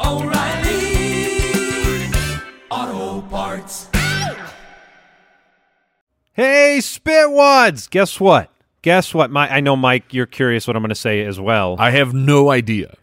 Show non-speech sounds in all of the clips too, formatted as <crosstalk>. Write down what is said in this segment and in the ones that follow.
oh, oh, O'Reilly. Auto Parts. Hey, Spitwads! Guess what? Guess what? My, I know, Mike, you're curious what I'm going to say as well. I, I have no idea.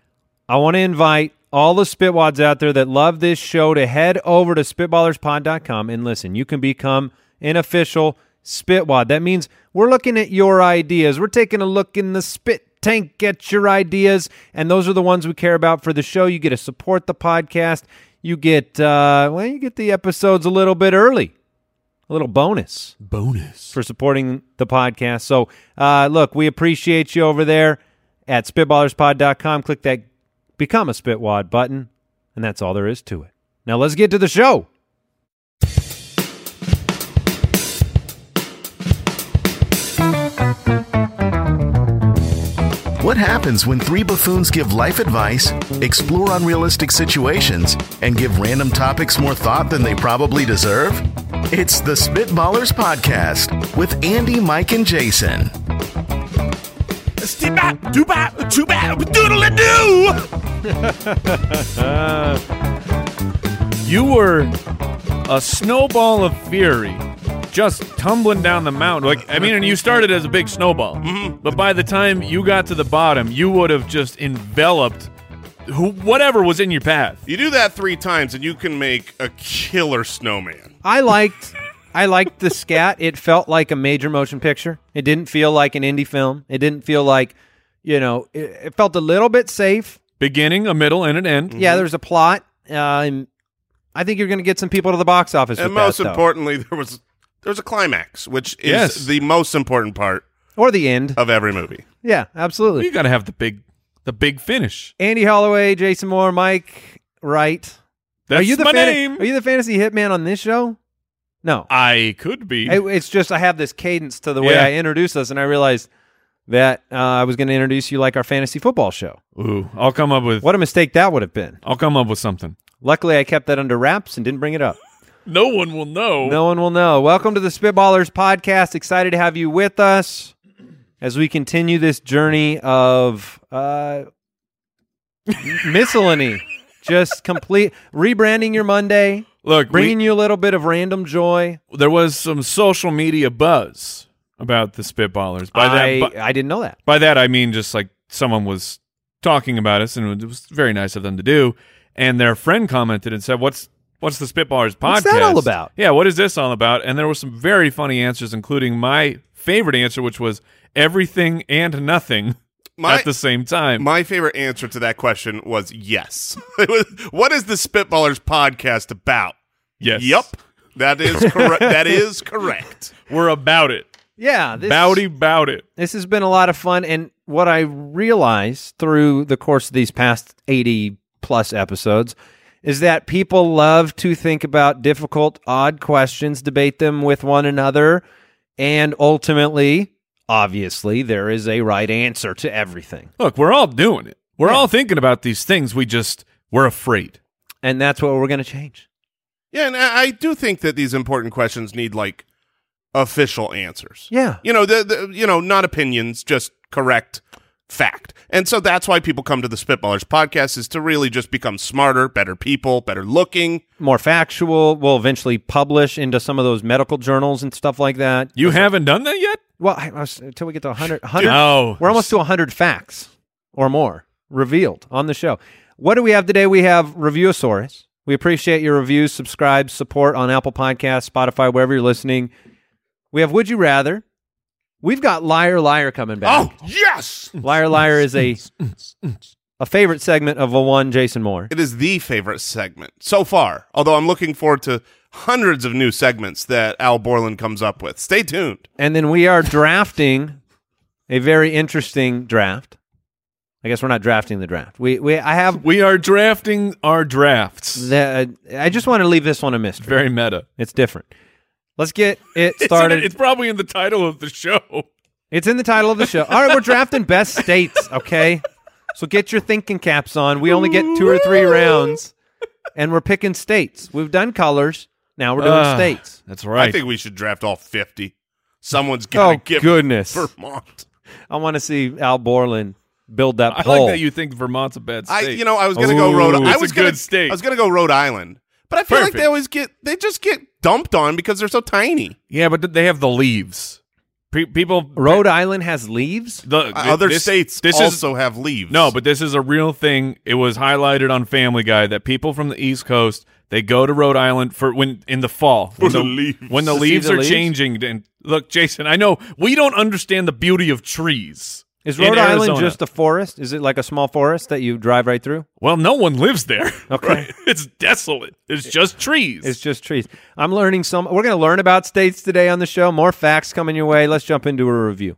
want to invite all the Spitwads out there that love this show to head over to SpitballersPod.com and listen. You can become an official Spitwad. That means we're looking at your ideas. We're taking a look in the spit tank at your ideas, and those are the ones we care about for the show. You get to support the podcast. You get uh, well, you get the episodes a little bit early, a little bonus. Bonus. for supporting the podcast. So, uh, look, we appreciate you over there at spitballerspod.com. Click that Become a Spitwad button, and that's all there is to it. Now, let's get to the show. What happens when three buffoons give life advice, explore unrealistic situations, and give random topics more thought than they probably deserve? It's the Spitballers Podcast with Andy, Mike, and Jason. Stip-bop, doop-bop, doop-bop, doodle-a-doo. you were a snowball of fury just tumbling down the mountain. Like I mean, and you started as a big snowball. Mm-hmm. But by the time you got to the bottom, you would have just enveloped who, whatever was in your path. You do that three times, and you can make a killer snowman. I liked. I liked the scat. It felt like a major motion picture. It didn't feel like an indie film. It didn't feel like, you know, it, it felt a little bit safe. Beginning, a middle, and an end. Yeah, there's a plot. Um, I think you're going to get some people to the box office. And with most that, though. importantly, there was there's a climax, which is Yes. the most important part or the end. Uh, of every movie. Yeah, absolutely. You got to have the big, the big finish. Andy Holloway, Jason Moore, Mike Wright. That's are you the my fan- name. Are you the fantasy hitman on this show? No, I could be. I- it's just I have this cadence to the way Yeah. I introduce us, and I realized that uh, I was going to introduce you like our fantasy football show. Ooh, I'll come up with. What a mistake that would have been. I'll come up with something. Luckily, I kept that under wraps and didn't bring it up. No one will know. No one will know. Welcome to the Spitballers podcast. Excited to have you with us as we continue this journey of uh, miscellany. Just complete rebranding your Monday, Look, we- bringing you a little bit of random joy. there was some social media buzz about the Spitballers. By I, that, by, I didn't know that. by that I mean just like someone was talking about us, and it was very nice of them to do. And their friend commented and said, "What's what's the Spitballers podcast? What's that all about?" Yeah, what is this all about?" And there were some very funny answers, including my favorite answer, which was everything and nothing My at the same time. my favorite answer to that question was yes. <laughs> It was, what is the Spitballers podcast about? yes, Yup, that is correct. that is correct. we're about it. Yeah, this, Bowdy, bout it. this has been a lot of fun. And what I realized through the course of these past 80 plus episodes is that people love to think about difficult, odd questions, debate them with one another. And ultimately, obviously, there is a right answer to everything. Look, we're all doing it. We're all thinking about these things. We just we're afraid. And that's what we're going to change. Yeah, and I, I do think that these important questions need like official answers. Yeah. you know, the, the you know, not opinions, just correct fact. And so that's why people come to the Spitballers podcast is to really just become smarter, better people, better looking. More factual. We'll eventually publish into some of those medical journals and stuff like that. You haven't done that yet? Well, I, I was, until we get to 100, 100 No. We're almost to 100 facts or more revealed on the show. What do we have today? We have Reviewosaurus. We appreciate your reviews, subscribe, support on Apple Podcasts, Spotify, wherever you're listening. We have Would You Rather. We've got Liar Liar coming back. Oh, yes. Liar Liar is a a favorite segment of a one Jason Moore. It is the favorite segment so far. Although I'm looking forward to hundreds of new segments that Al Borland comes up with. Stay tuned. And then we are drafting a very interesting draft. I guess we're not drafting the draft. We we I have We are drafting our drafts. uh, the I just want to leave this one a mystery. Very meta. It's different. Let's get it <laughs> It's in- started. It's probably in the title of the show. It's in the title of the show. All right, we're drafting best states, okay? So get your thinking caps on. We only get two or three rounds, and we're picking states. We've done colors. Now we're doing Ah, states. That's right. I think we should draft all 50. Someone's got to Oh, give goodness. Vermont. I want to see Al Borland build that I poll. like that you think Vermont's a bad state. I, you know, I was gonna go Ooh, Rhode. it's I a was gonna, good state. I was gonna go Rhode Island, but I feel like Perfect. they always get they just get dumped on because they're so tiny. yeah, but th- they have the leaves. Pe- people, Rhode Island has leaves? the, Uh, Other this- states This is also have leaves. No, but this is a real thing. It was highlighted on Family Guy that people from the East Coast they go to Rhode Island for when in the fall for when the leaves. when the To see leaves the are leaves? changing. And look, Jason, I know we don't understand the beauty of trees. Is in Rhode Island Arizona. just a forest? Is it like a small forest that you drive right through? well? No one lives there. <laughs> Okay. it's desolate. It's just trees. It's just trees. I'm learning some. We're going to learn about states today on the show. More facts coming your way. Let's jump into a review.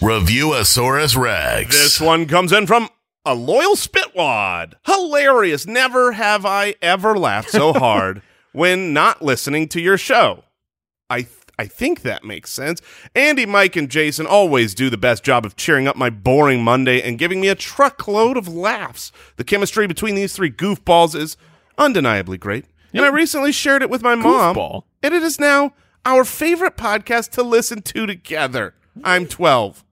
Review Asaurus Rex. this one comes in from a loyal spitwad. Hilarious. Never have I ever laughed so hard when not listening to your show. I th- I think that makes sense. Andy, Mike, and Jason always do the best job of cheering up my boring Monday and giving me a truckload of laughs. The chemistry between these three goofballs is undeniably great. And I recently shared it with my mom. Goofball? And it is now our favorite podcast to listen to together. I'm 12.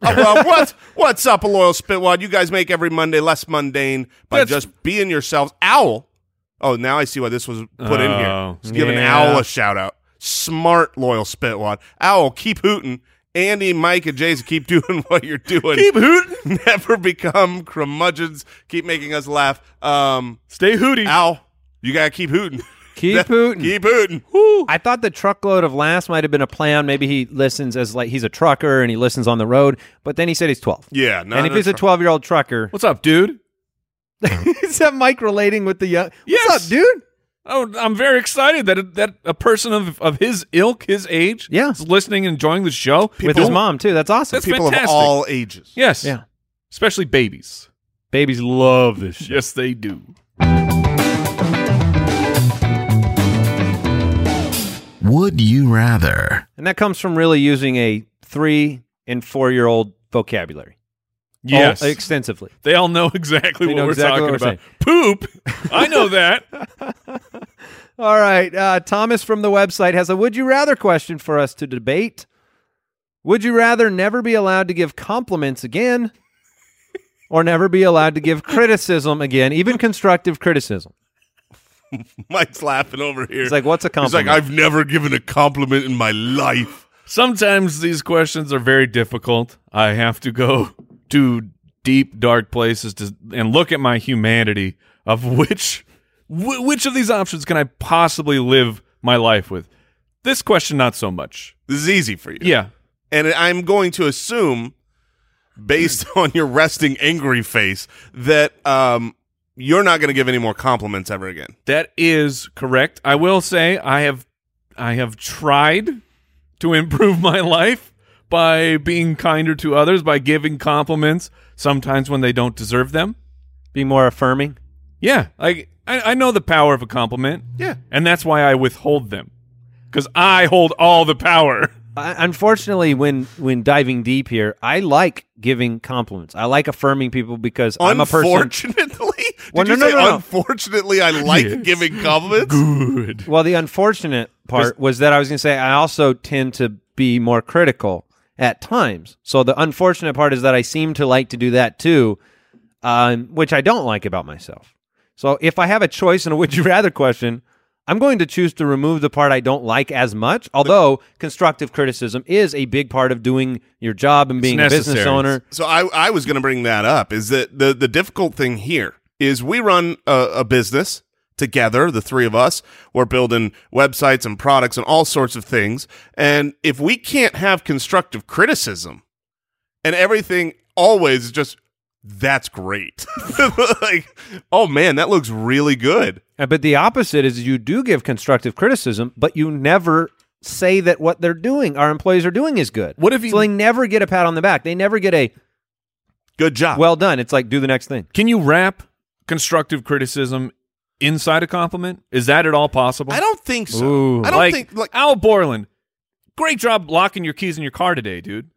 Uh, well, what, what's up, a loyal spitwad? You guys make every Monday less mundane by That's- just being yourselves. Owl. Oh, now I see why this was put in here. Oh, Just give an yeah. owl a shout out. Smart, loyal spitwad. Owl, keep hooting. Andy, Mike, and Jason, keep <laughs> doing what you're doing. Keep hooting. <laughs> Never become curmudgeons. Keep making us laugh. Um, Stay hooty. Owl, you gotta keep hooting. <laughs> Keep hooting. Keep hooting. I thought the truckload of laughs might have been a play on maybe he listens as like he's a trucker and he listens on the road, but then he said he's 12. Yeah, no, and if no, he's a tru- 12 year old trucker, <laughs> What's up, dude? is that Mike relating with the young? Yes. What's up, dude? Oh, I'm very excited that that a person of, of his ilk, his age, Yeah. is listening and enjoying the show With his Don't- mom, too. That's awesome. That's people fantastic. of all ages. Yes, Yeah. especially babies. Babies love this shit. Yes, they do. Would you rather? And that comes from really using a three and four year old vocabulary Yes. All- extensively. they all know <laughs> exactly They what know we're talking exactly what we're about. Poop. I <laughs> know that. All right. Uh, Thomas from the website has a would you rather question for us to debate. Would you rather never be allowed to give compliments again or never be allowed to give criticism again, even constructive criticism? Mike's laughing over here. It's like, "Oh, what's a He's like, compliment? I've never given a compliment in my life. Sometimes these questions are very difficult. I have to go <laughs> to deep, dark places to and look at my humanity of <laughs> which wh- which of these options can I possibly live my life with. This question, not so much. This is easy for you. Yeah. And I'm going to assume, based <laughs> on your resting angry face, that um, you're not going to give any more compliments ever again. That is correct. I will say I have I have tried to improve <laughs> my life by being kinder to others, by giving compliments sometimes when they don't deserve them. Be more affirming. Yeah, like I, I know the power of a compliment. Yeah. and that's why I withhold them because I hold all the power. I, unfortunately, when when diving deep here, I like giving compliments. I like affirming people because I'm a person. Unfortunately, Well, did you no, no, say no, no. unfortunately? I like giving compliments. Good. Well, the unfortunate part was that I was going to say I also tend to be more critical at times. So the unfortunate part is that I seem to like to do that too, um, which I don't like about myself. So if I have a choice in a would you rather question, I'm going to choose to remove the part I don't like as much. Although constructive criticism is a big part of doing your job and being a business necessary. owner. So I, I was going to bring that up. Is that the the difficult thing here is we run a, a business together, the three of us. We're building websites and products and all sorts of things. And if we can't have constructive criticism, and everything always is just that's great. <laughs> like, oh man, that looks really good. Uh, But the opposite is you do give constructive criticism, but you never say that what they're doing, our employees are doing, is good. What if you- So they never get a pat on the back. They never get a Good job. well done. It's like do the next thing. Can you wrap constructive criticism inside a compliment? Is that at all possible? I don't think so. Ooh, I don't like, think like <laughs> Al Borland. Great job locking your keys in your car today, dude.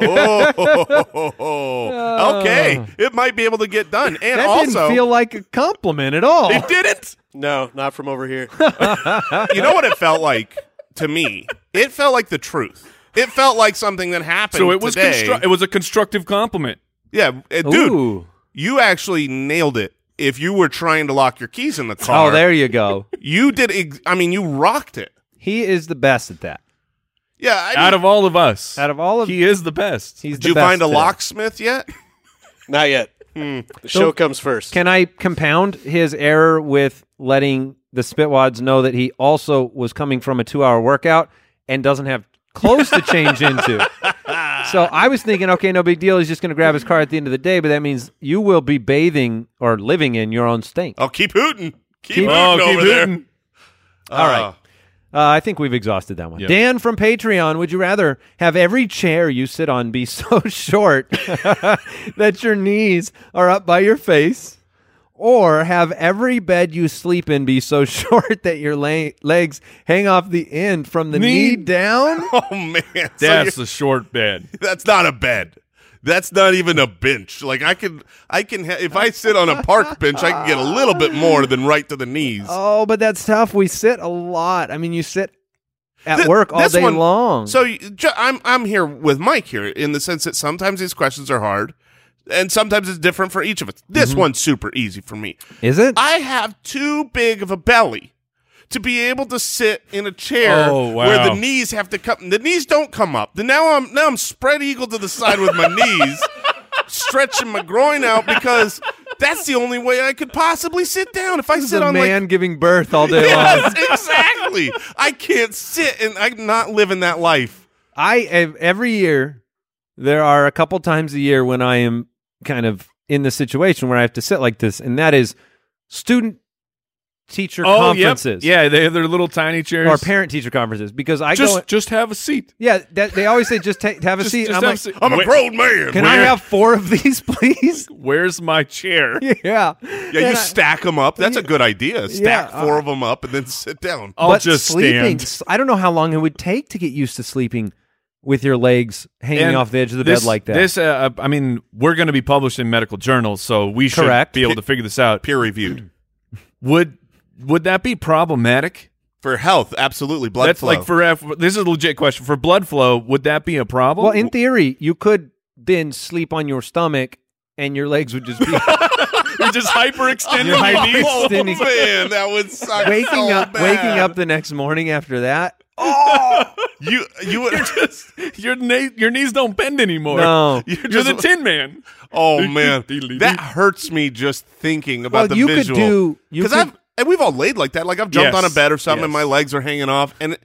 oh, <laughs> okay. It might be able to get done. And That also, didn't feel like a compliment at all. it didn't. No, not from over here. You know what it felt like to me? It felt like the truth. It felt like something that happened. So it was today. constru- it was a constructive compliment. yeah, eh, <laughs> dude, Ooh. you actually nailed it. If you were trying to lock your keys in the car, Oh, there you go. you did. Ex- I mean, you rocked it. he is the best at that. Yeah. I mean, Out of all of us, Out of all of he is the best. he's did the you best find a at it. locksmith yet? Not yet. The show comes first. Can I compound his error with letting the Spitwads know that he also was coming from a two hour workout and doesn't have clothes to change into? So I was thinking, okay, no big deal. He's just going to grab his car at the end of the day, but that means you will be bathing or living in your own stink. Oh, keep hooting. Keep, Keep- hooting oh, over keep there. Ah. hooting. All right. Uh, I think we've exhausted that one. Dan from Patreon, would you rather have every chair you sit on be <laughs> so short <laughs> that your knees are up by your face, or have every bed you sleep in be so <laughs> short that your la- legs hang off the end from the knee, Knee- down? <laughs> Oh man, So That's you're- the short bed. that's not a bed. That's not even a bench. Like I can, I can. Ha- if I sit on a park bench, I can get a little bit more than right to the knees. Oh, but that's tough. We sit a lot. I mean, you sit at Thi- work all this day one- long. So you- ju- I'm I'm here with Mike here in the sense that sometimes these questions are hard, and sometimes it's different for each of us. This Mm-hmm. one's super easy for me. is it? I have too big of a belly to be able to sit in a chair Oh, wow. where the knees have to come. The knees don't come up. Then now I'm now I'm spread eagle to the side with my knees, stretching my groin out because that's the only way I could possibly sit down. If I This is sit a on man giving birth all day <laughs> like long. yes, exactly, I can't sit and I'm not living that life. I ev- every year there are a couple times a year when I am kind of in the situation where I have to sit like this, and that is student teacher Oh, yep. conferences Yeah, they have their little tiny chairs. or parent teacher conferences because I just go. just have a seat. Yeah, that, they always say just take, have a Just- seat. just and I'm have a like, seat. I'm a Where- grown man. can I have four of these, <laughs> please? Where's my <laughs> chair? yeah. yeah, you And I- stack them up. That's a good idea. Stack Yeah, uh, Oh. four of them up and then sit down. I'll but just sleeping. stand. s- I don't know how long it would take to get used to sleeping with your legs hanging And off the edge of the this- bed like that. This, uh, I mean, we're going to be published in medical journals, so we should Correct. be able to figure this out. Peer reviewed Would would that be problematic? for health. Absolutely, blood That's flow. like for F- this is a legit question for blood flow. Would that be a problem? Well, in theory, you could then sleep on your stomach and your legs would <laughs> just be <laughs> You're just hyperextending You're your knees. hyperextending. <laughs> Oh, man, that would suck. waking so up bad. waking up the next morning after that. You you <laughs> would. Your knees, your knees don't bend anymore. No. <laughs> you're, the Tin Man. <laughs> oh man, that hurts me just thinking about Well, the you could visual. do- you could- I've and we've all laid like that. Like I've jumped Yes. on a bed or something, and Yes. my legs are hanging off, and it,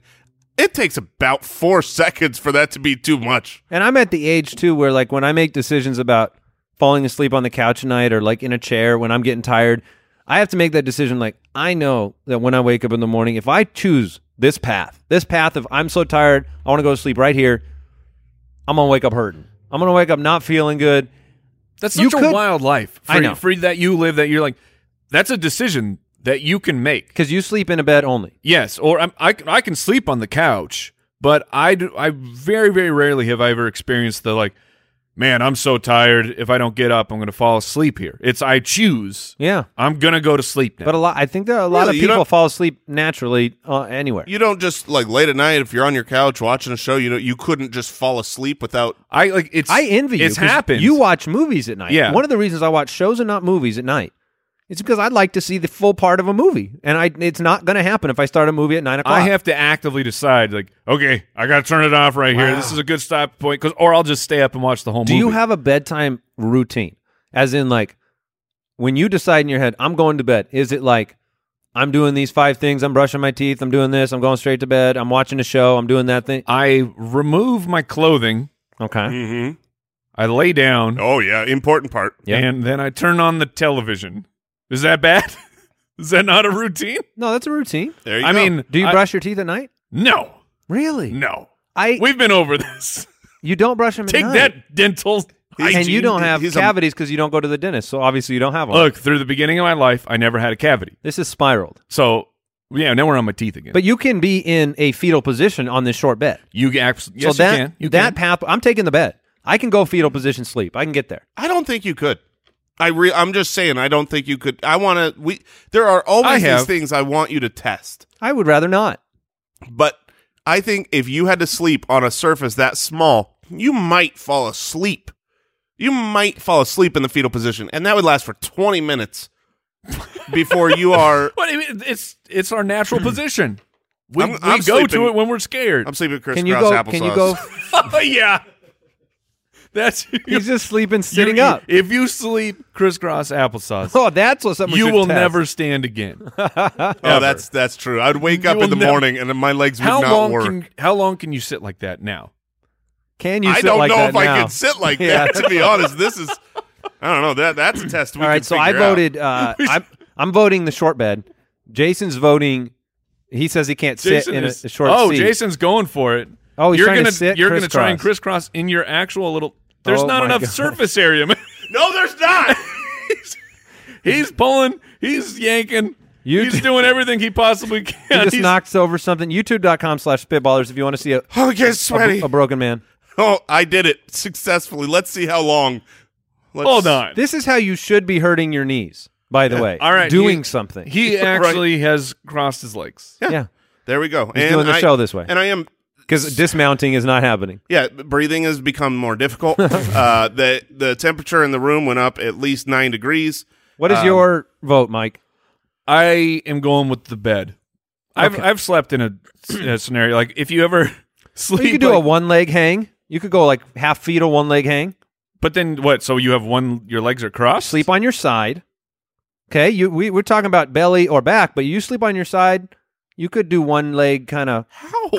it takes about four <laughs> seconds for that to be too much. And I'm at the age too where like when I make decisions about falling asleep on the couch at night or like in a chair when I'm getting tired, I have to make that decision like I know that when I wake up in the morning, if I choose this path, this path of I'm so tired, I want to go to sleep right here, I'm gonna wake up hurting. I'm gonna wake up not feeling good. That's You such a could- wild life. For, I know. for that you live. That you're like, that's a decision that you can make. Because you sleep in a bed only. Yes, or I'm, I can- I can sleep on the couch, but I do, I very very rarely have I ever experienced the like, man, I'm so tired. If I don't get up, I'm gonna fall asleep here. It's I choose. Yeah. I'm gonna go to sleep now. But a lot, I think there are a lot Really? of You people don't- fall asleep naturally uh, anywhere. You don't just like late at night if you're on your couch watching a show. You know you couldn't just fall asleep without I like it's. I envy you. It's 'cause happened. You watch movies at night. Yeah. One of the reasons I watch shows and not movies at night. It's because I'd like to see the full part of a movie, and I it's not going to happen if I start a movie at nine o'clock. I have to actively decide, like, okay, I gotta turn it off right here. This is a good stop point, 'cause- or I'll just stay up and watch the whole Do movie. you have a bedtime routine? As in, like when you decide in your head, I'm going to bed. Is it like I'm doing these five things? I'm brushing my teeth. I'm doing this. I'm going straight to bed. I'm watching a show. I'm doing that thing. I remove my clothing, Okay. mm. I lay down, Oh yeah, important part. Yeah. and then I turn on the television. Is that bad? <laughs> is that not a routine? No, that's a routine. There you I go. mean, Do you I- brush your teeth at night? No, Really? no. I We've been over this. you don't brush them. Take at night. that, dental and you Hygiene- don't have he's a- cavities because you don't go to the dentist, so obviously you don't have one. Look, through the beginning of my life, I never had a cavity. This is spiraled. So, yeah, now we're on my teeth again. But you can be in a fetal position on this short bed. you can abs- yes, so that you can. You that can. path, I'm taking the bed. I can go fetal position sleep. I can get there. I don't think you could. I re- I'm just saying I don't think you could. I want to. We there are always I these have. things I want you to test, I would rather not. but I think if you had to sleep on a surface that small, you might fall asleep. You might fall asleep in the fetal position, and that would last for 20 minutes before you are. What do you mean? It's it's our <clears throat> natural position. We, I'm- we I'm go sleeping. to it when we're scared. <laughs> I'm sleeping crisscross Can you go? applesauce. Can you <laughs> go? <laughs> oh yeah, that's He's just sleeping, sitting you- up. If you sleep crisscross applesauce, <laughs> Oh, that's what someone you should will test. never stand again. Oh, that's that's true. I'd wake up will in the never- morning and then my legs would How not long work. can how long can you sit like that now? Can you? I sit don't like know that if now? I could <laughs> sit like Yeah. that. To be honest, this is. I don't know that that's a test. We All right, could so I figure out. voted. Uh, I'm I'm voting the short bed. Jason's voting. He says he can't sit in a, is- a short oh, seat. Jason's going for it. Oh, he's you're trying to gonna sit you're gonna try and crisscross in your actual little. There's Oh, not my enough God. surface area. <laughs> man. No, there's <laughs> not. he's pulling. He's yanking. You he's t- doing everything he <laughs> possibly <laughs> He can. just He's- knocks over something. YouTube.com slash spitballers if you want to see a, oh, it gets a, sweaty. a broken man. Oh, I did it successfully. Let's see how long. Let's, Hold on. This is how you should be hurting your knees, by the way. All right, Doing he- something. <laughs> He actually has crossed his legs. yeah. There we go. He's and doing the I- show this way. And I am. Because dismounting is not happening. Yeah, breathing has become <laughs> more difficult. uh, the the temperature in the room went up at least nine degrees. What Um, is your vote, Mike? I am going with the bed. I've I've slept in a, <clears throat> a scenario like if you ever sleep. You could do a like- one leg hang. You could go like half fetal, one leg hang. but then what? So you have one. Your legs are crossed. Sleep on your side. Okay. You we, we're talking about belly or back, but you sleep on your side. You could do one leg kind of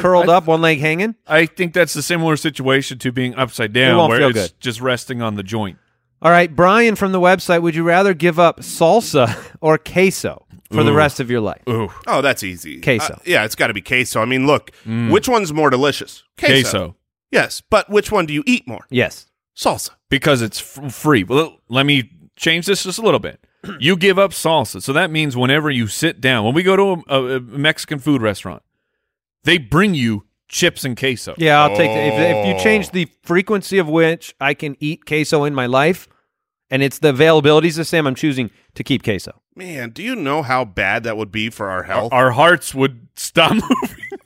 curled up, one leg hanging. I think that's a similar situation to being upside down, won't where feel it's good. just resting on the joint. All right, Brian from the website, would you rather give up salsa <laughs> or queso for the rest of your life? Ooh, Oh, that's easy. Queso. Mm. Uh, yeah, it's got to be queso. I mean, look, which one's more delicious? queso Yes, but which one do you eat more? Yes. Salsa. because it's f- free. Well, let me change this just a little bit. You give up salsa, so that means whenever you sit down, when we go to a, a- a Mexican food restaurant, they bring you chips and queso. Yeah, I'll take the, if, Oh. if you change the frequency of which I can eat queso in my life, and it's the availability's the same. I'm choosing to keep queso. Man, do you know how bad that would be for our health? Our, Our hearts would stop <laughs>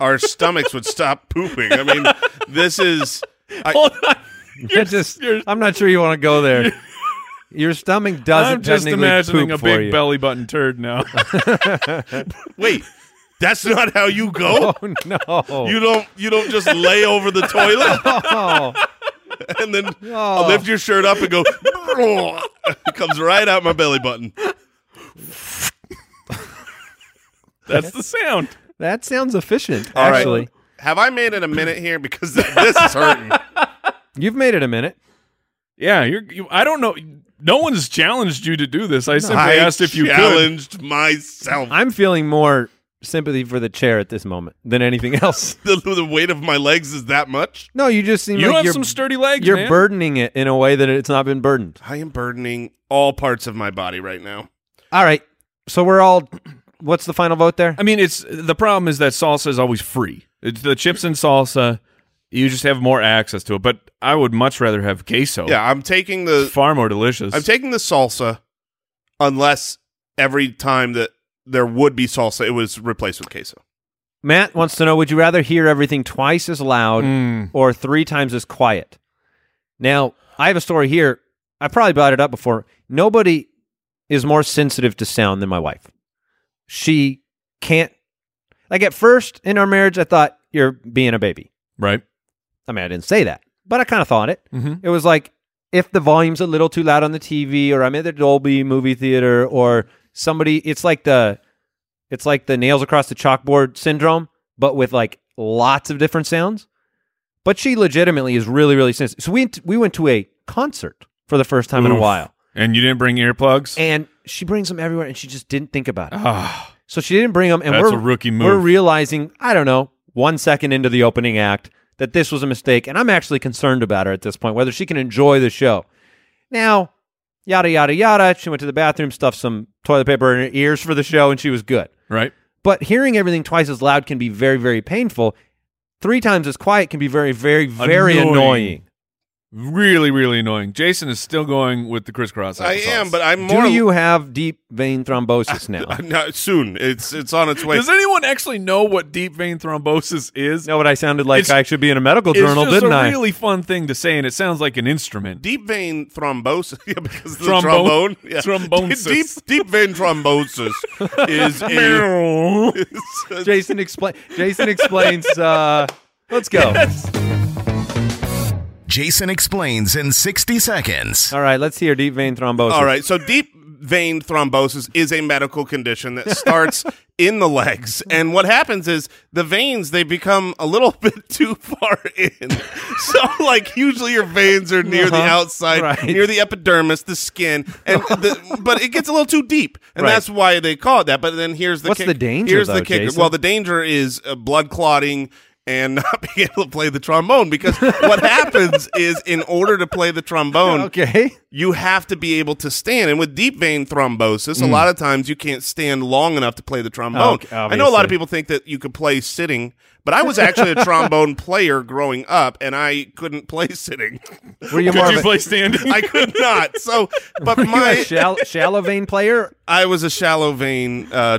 moving. stomachs would stop pooping. I mean, this is. I, Hold on. You're just, you're- I'm not sure you want to <laughs> go there. Your stomach doesn't. I'm just technically imagining poop a for big you. belly button turd <laughs> now. <laughs> wait, that's not how you go. Oh <laughs> no! You don't. You don't just lay over the toilet oh, <laughs> and then Oh. lift your shirt up and go. <laughs> It comes right out my belly button. That's the sound. that sounds efficient. All right. actually, Have I made it a minute here? Because th- this is hurting. you've made it a minute. Yeah, you're. You, I don't know. No one's challenged you to do this. I simply I asked if you could. challenged myself. I'm feeling more sympathy for the chair at this moment than anything <laughs> else. The, the weight of my legs is that much. No, you just seem You like have you're, some sturdy legs, you're man. burdening it in a way that it's not been burdened. I am burdening all parts of my body right now. All right. So we're all. What's the final vote there? I mean, it's the problem is that salsa is always free. It's the chips and salsa. You just have more access to it. But I would much rather have queso. Yeah, I'm taking the it's far more delicious. I'm taking the salsa, unless every time that there would be salsa, it was replaced with queso. Matt wants to know Would you rather hear everything twice as loud Mm. or three times as quiet? Now, I have a story here. I probably brought it up before. Nobody is more sensitive to sound than my wife. She can't. Like at first in our marriage, I thought you're being a baby. right. I mean, I didn't say that, but I kind of thought it. It was like if the volume's a little too loud on the TV, or I'm at the Dolby movie theater, or somebody. It's like the, it's like the nails across the chalkboard syndrome, but with like lots of different sounds. But she legitimately is really, really sensitive. So we we went to a concert for the first time in a Oof. while, And you didn't bring earplugs. Ah, and she brings them everywhere, and she just didn't think about it. So she didn't bring them, and That's we're a rookie move. We're realizing, I don't know, one second into the opening act, that this was a mistake, and I'm actually concerned about her at this point, whether she can enjoy the show. Now, yada, yada, yada. She went to the bathroom, stuffed some toilet paper in her ears for the show, and she was good. Right. But hearing everything twice as loud can be very, very painful. Three times as quiet can be very, very, very Annoying. annoying. Really, really annoying. Jason is still going with the crisscross. I applesauce. am, but I'm more. Do <laughs> you have deep vein thrombosis <laughs> now? I'm not- soon, it's it's on its way. Does anyone actually know what deep vein thrombosis is? know what I sounded like It's- I should be in a medical It's journal, just didn't a I? really fun thing to say, and it sounds like an instrument. deep vein thrombosis <laughs> yeah, because of the Trombone- trombone yeah. thrombosis. deep deep <laughs> vein thrombosis is a, is a- Jason explain. Jason explains. Uh, let's go. Jason explains in 60 seconds. All right, let's hear deep vein thrombosis. all right so deep vein thrombosis is a medical condition that <laughs> starts in the legs and what happens is the veins they become a little <laughs> bit too far in so like usually your veins are near the Uh-huh. outside Right. near the epidermis the skin <laughs> and the, but it gets a little too deep and Right. that's why they call it that but then here's the What's kick- the danger, here's though, the kicker Jason? well the danger is uh, blood clotting and <laughs> not being able to play the trombone because what happens is in order to play the <laughs> trombone Okay. you have to be able to stand. And with deep vein thrombosis, a lot of times you can't stand long enough to play the trombone. Mm. Okay, I know a lot obviously. of people think that you could play sitting, but I <laughs> was actually a trombone player growing up, and I couldn't play <laughs> sitting. Were you more Could you of play standing? <laughs> I could not. So, <laughs> but a, my shall, shallow vein <laughs> player? I was a shallow vein uh,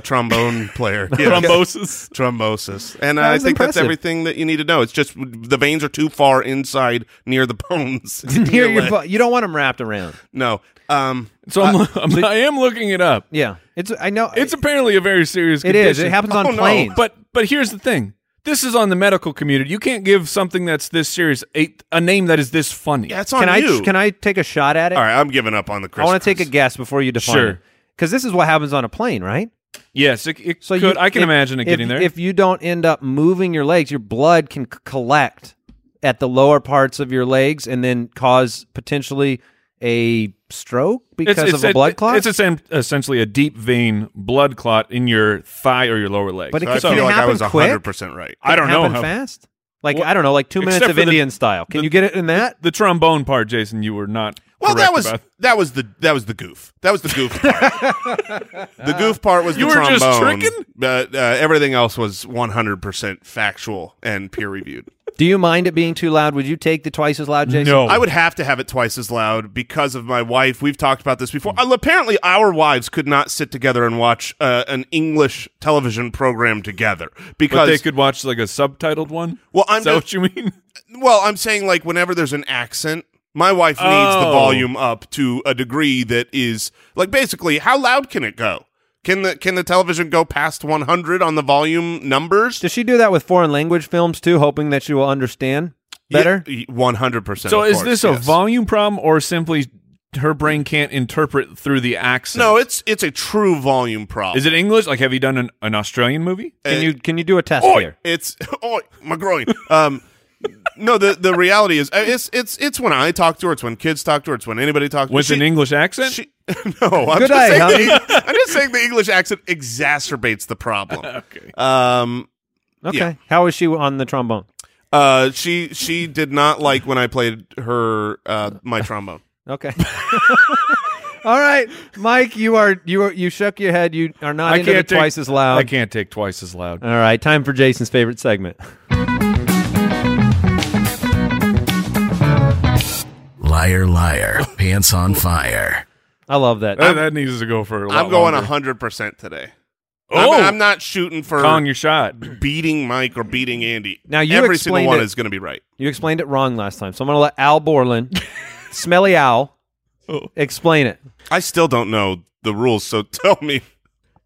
<laughs> trombone player. Yeah. Thrombosis. Thrombosis, and That I was think that's impressive. everything that you need to know. It's just the veins are too far inside near the bones. <laughs> Near Your your leg. bu- you don't want them wrapped around. no, um, So I'm, I'm, <laughs> I am looking it up. Yeah, it's I know It's apparently a very serious it condition. is. It happens on Oh, no. planes. But but here's the thing. This is on the medical community. You can't give something that's this serious a, a name that is this funny. yeah, it's on can I you. can I take a shot at it? All right, I'm giving up on the. I want to take a crisscross. guess before you define Sure. Because this is what happens on a plane, right? Yes, it, it So could. you, I can if- imagine it if- getting there. If you don't end up moving your legs, your blood can c- collect at the lower parts of your legs and then cause potentially a stroke because of a blood clot. It's essen- essentially a deep vein blood clot in your thigh or your lower leg. But it I So- feel Can like I happen was quick? 100% right. I don't know happen how. fast. Like Well, I don't know, like two minutes except of for the- Indian style. Can the- you get it in that? The trombone part, Jason, you were not. Well, that correct was about. that was the that was the goof. That was the goof part. <laughs> the goof part was You the were just trombone. tricking? But uh, everything else was 100% factual and peer reviewed. Do you mind it being too loud? Would you take the twice as loud, Jason? No, I would have to have it twice as loud because of my wife. We've talked about this before. Uh, apparently, our wives could not sit together and watch uh, an English television program together But because they could watch like a subtitled one. Well, I'm is that just- what you mean? Well, I'm saying like whenever there's an accent, my wife needs the Oh. volume up to a degree that is like basically how loud can it go? Can the can the television go past 100 on the volume numbers? Does she do that with foreign language films too, hoping that you will understand better? Yeah, <laughs> 100%. So of is course, this a yes. volume problem or simply her brain can't interpret through the accent? No, it's it's a true volume problem. Is it English? Like, have you done an, an Australian movie? Can you can you do a test here? It's <laughs> oh my groin. Um, no, the the reality is uh, it's it's it's when I talk to her, it's when kids talk to her, it's when anybody talks to her. With She- an English accent? She, <laughs> no, I'm Good just, eye, saying the, I'm just saying the English accent exacerbates the <laughs> problem. okay. Um, Okay. yeah. How is she on the trombone? uh, she she did not like when I played her uh, my trombone. Okay. <laughs> All right, Mike, you are you are you shook your head. You are not into the twice as loud. Uh, I can't take twice as loud. All right, time for Jason's favorite segment. Liar, <laughs> liar, pants on fire. I love that. that, that needs to go for. A lot I'm going longer. hundred percent today. Oh, I'm, I'm not shooting for calling your <clears throat> shot. beating Mike or beating Andy. Now, you every explained single one it- is going to be right. you explained it wrong last time, so I'm going to let Al Borland, <laughs> Smelly Al, Oh. explain it. I still don't know the rules, so <laughs> tell me.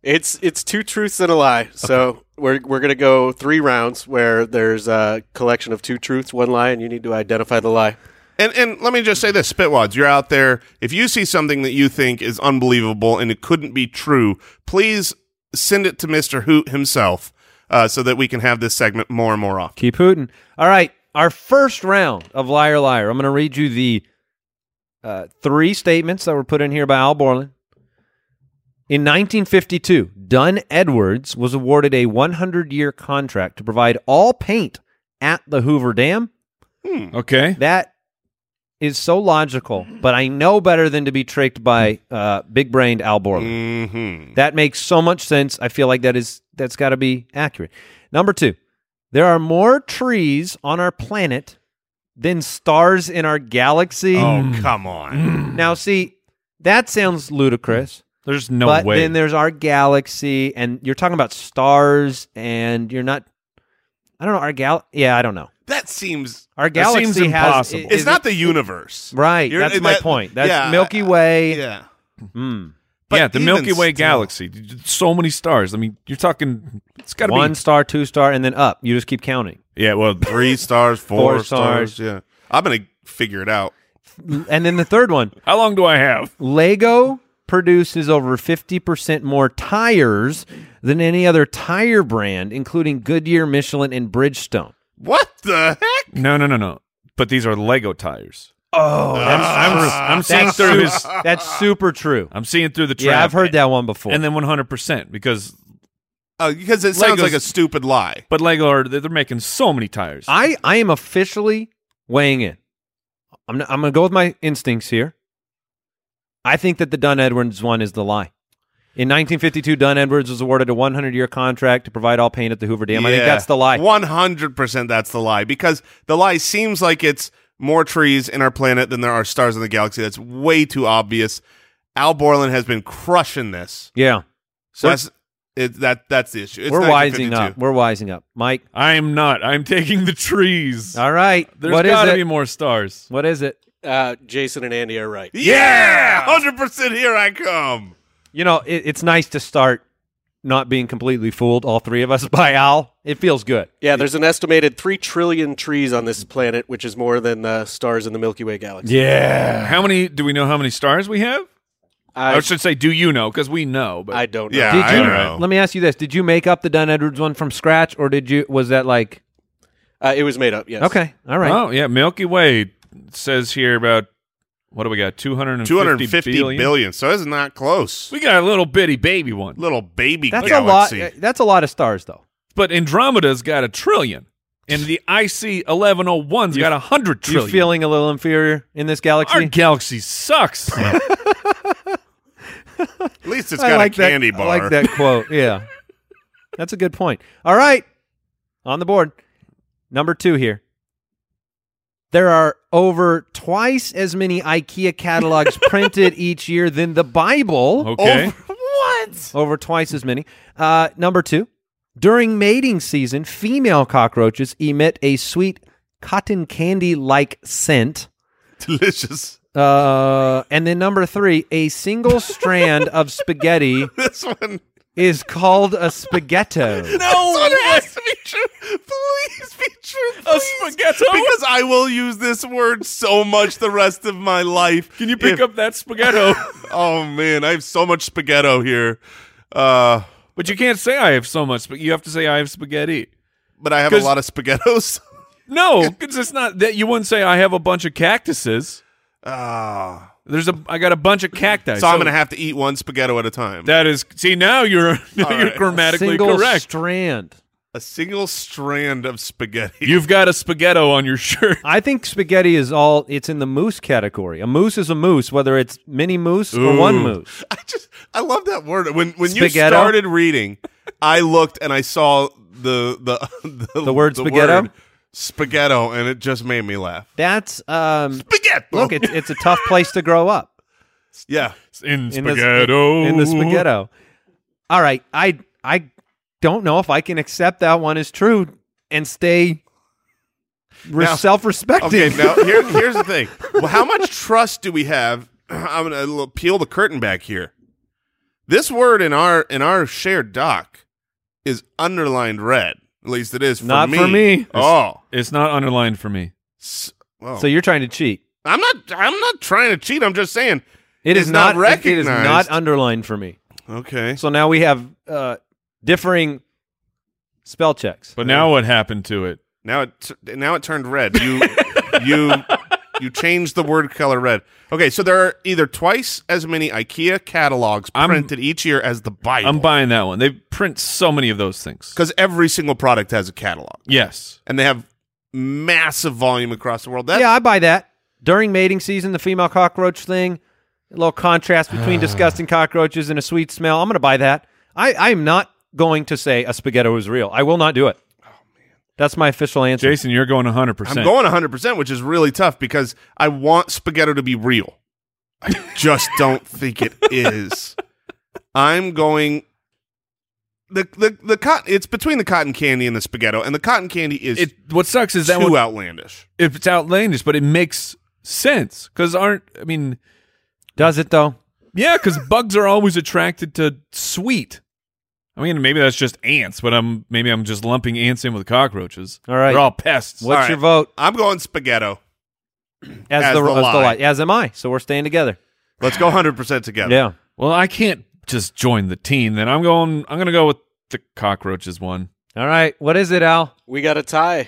It's it's two truths and a lie. So we're we're gonna go three rounds where there's a collection of two truths, one lie, and you need to identify the lie. And and let me just say this, Spitwads, you're out there. If you see something that you think is unbelievable and it couldn't be true, please send it to Mr. Hoot himself uh, so that we can have this segment more and more often. Keep hooting. All right, our first round of Liar Liar. I'm going to read you the uh, three statements that were put in here by Al Borland. In 1952, Dunn Edwards was awarded a 100 year contract to provide all paint at the Hoover Dam. Okay. That is so logical, but I know better than to be tricked by uh, big-brained Al Borland. Mm-hmm. That makes so much sense. I feel like that is that's got to be accurate. Number 2. There are more trees on our planet than stars in our galaxy. Oh, come on. Now see, that sounds ludicrous. There's no but way. then there's our galaxy and you're talking about stars and you're not I don't know our gal yeah, I don't know. that seems. Our That galaxy seems has impossible. i- It's is not it- the universe. Right, You're- that's my that- point. That's yeah, Milky Way. Yeah. mm, yeah, the even Milky Way still- galaxy. So many stars. I mean, you're talking. It's got to one be. star, two star, and then up. You just keep counting. Yeah, <laughs> well, Three stars, four, Four stars. stars. Yeah. I'm going to figure it out. And then the third one, how long do I have? Lego produces over 50% more tires than any other tire brand, including Goodyear, Michelin, and Bridgestone. What the heck? No, no, no, no. But these are Lego tires. I'm, Oh, that's, I'm, I'm seeing that's, su- through his. that's super true. I'm seeing through the. Trap. Yeah, I've heard that one before. And then 100 percent because, Uh, because it sounds Legos- like a stupid lie. but Lego are they're making so many tires. I, I am officially weighing in. I'm, not- I'm going to go with my instincts here. I think that the Dunn Edwards one is the lie. In 1952, Dunn Edwards was awarded a 100 year contract to provide all paint at the Hoover Dam. I think Yeah. that's the lie. 100% that's the lie because the lie seems like it's more trees in our planet than there are stars in the galaxy. That's way too obvious. Al Borland has been crushing this. Yeah. So We're- that's it, that that's the issue. It's We're wising 1952. up. We're wising up. Mike. I'm not. I'm taking the trees. All right. There's what is got to it? be more stars. What is it? Uh, Jason and Andy are right. Yeah, 100% here I come. You know, it, it's nice to start not being completely fooled, all three of us, <laughs> by Al. It feels good. Yeah, there's an estimated 3 trillion trees on this planet, which is more than the stars in the Milky Way galaxy. Yeah. How many? Do we know how many stars we have? I, I, should say, do you know? Because we know. But I don't know. Yeah, Did I you? don't know. Let me ask you this: Did you make up the Dunn Edwards one from scratch, or did you? Was that like Uh, it was made up, yes. okay? All right. Oh yeah, Milky Way says here about what do we got? 250, 250 billion. billion? So it's not close. We got a little bitty baby one, Little baby That's galaxy. a lot. That's a lot of stars, though. but Andromeda's got a trillion, and the IC 1101's got a hundred trillion. You feeling a little inferior in this Our galaxy? galaxy sucks. At least it's I got like a that- candy bar. I like that <laughs> quote. Yeah, that's a good point. All right, on the board, number two here. There are over twice as many IKEA <laughs> catalogs printed each year than the Bible. Okay. what? Over twice as many. Uh, number two, during mating season, female cockroaches emit a sweet cotton candy like scent. Delicious. Uh, and then number three, a <laughs> single strand of spaghetti This one. is called a <laughs> spaghetto. No, it has to be true. Please be true. A please. spaghetto? Because I will use this word so much the rest of my life. Can you pick If- up that spaghetto? <laughs> Oh man, I have so much spaghetto here. Uh, but you can't say I have so much. But you have to say I have spaghetti. but I have a 'Cause- lot of spaghettos. <laughs> No, because it's not that you wouldn't say I have a bunch of cactuses. Ah. There's a I got a bunch of cacti. so, I'm gonna have to eat one spaghetto at a time. That is see now you're <laughs> now All you're right. grammatically Single correct. strand. a single strand of spaghetti. You've got a spaghetto on your <laughs> shirt. I think spaghetti is all. It's in the moose category. A moose is a moose, whether it's mini moose or one moose. <laughs> I just I love that word. When when you Spaghetto? started reading, I looked and I saw the <laughs> the the, The word spaghetto? spaghetto, and it just made me laugh. That's um. Spaghetto. Look, it's it's a tough place to grow up. <laughs> yeah. In in the sp- spaghetto. in the spaghetto. All right, I I don't know if I can accept that one as true and stay re- Now- self-respecting. Okay, now here, here's the thing. Well, how much trust do we have? <clears throat> I'm gonna little- peel the curtain back here. This word in our in our shared doc is underlined red. At least it is for Not me. for me. Oh, It's not underlined for me. S- well, <laughs> So you're trying to cheat. I'm not. I'm not trying to cheat. I'm just saying. It It's is not not it- It is not recognized. underlined for me. Okay. So now we have uh, differing spell checks. But now what happened to it? Now it t- now it turned red. You you you changed the word color red. Okay, so there are either twice as many IKEA catalogs I'm- printed each year as the I'm Bible. buying that one. They print so many of those things. Because every single product has a catalog, Yes. and they have massive volume across the world. That's, yeah, I buy that. During mating season, the female cockroach thing, a little contrast between disgusting cockroaches and a sweet smell. I'm going to buy that. I, I'm not going to say a spaghetto is real. I will not do it. That's my official answer. Jason, you're going 100%. I'm going 100%, which is really tough because I want spaghetti to be real. I just don't think it is. I'm going the the the cotton it's between the cotton candy and the spaghetti and the cotton candy is It, what sucks is that too one, outlandish. if it's outlandish, but it makes sense because aren't I mean, Does it though? yeah, because bugs are always attracted to sweet. I mean, maybe that's just ants, but I'm maybe I'm just lumping ants in with cockroaches. All right. they're all pests. What's right. your vote I'm going spaghetti. as, As the, the as the lie. lie? As am I. So we're staying together. Let's go 100% together. Yeah. Well, I can't just join the team. Then I'm going. I'm going to go with the cockroaches one. All right. What is it, Al? We got a tie.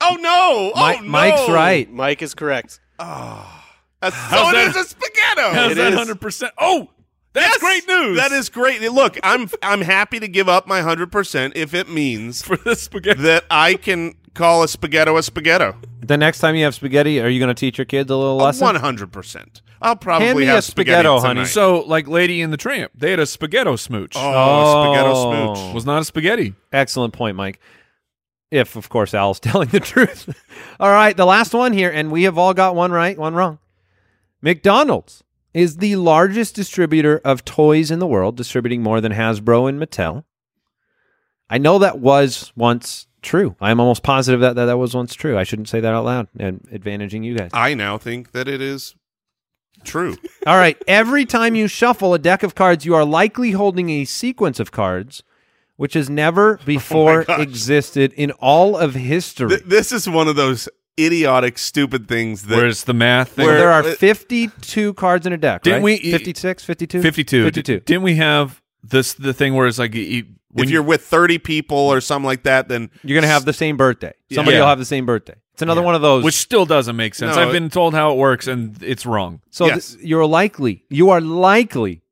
Oh no. Mi- oh no. Mike's right. Mike is correct. That's, so it that- is a spaghetti. How's It that is. 100? percent Oh, that's Yes! great news. That is great. Look, I'm I'm happy to give up my 100% if it <laughs> means for the spaghetti. that I can call a spaghetto a spaghetto. The next time you have spaghetti, are you going to teach your kids a little lesson? One hundred percent. I'll probably Hand me have a spaghetti, spaghetto, honey. tonight. So, like Lady in the Tramp, they had a spaghetto smooch. oh, Oh. spaghetto smooch. Was not a spaghetti. Excellent point, Mike. If, of course, Al's <laughs> telling the truth. all right, the last one here, and we have all got one right, one wrong. McDonald's is the largest distributor of toys in the world, distributing more than Hasbro and Mattel. I know that was once true. I'm almost positive that that, that was once true. I shouldn't say that out loud and advantaging you guys. I now think that it is true. All right. Every time you shuffle a deck of cards, you are likely holding a sequence of cards which <laughs> has Oh never before existed in all of history. Th- this is one of those idiotic, stupid things that Where's the math? Thing? so where- there are uh, 52 cards in a deck, Didn't right? we- 56, 52? 52. 52. Didn't we have this the thing where it's like you- you- when if you're with thirty people or something like that, then You're going to have the same birthday. Somebody Yeah. will have the same birthday. It's another one of those. which still doesn't make sense. No, I've been told how it works and it's wrong. so th- yes. you're likely, you are likely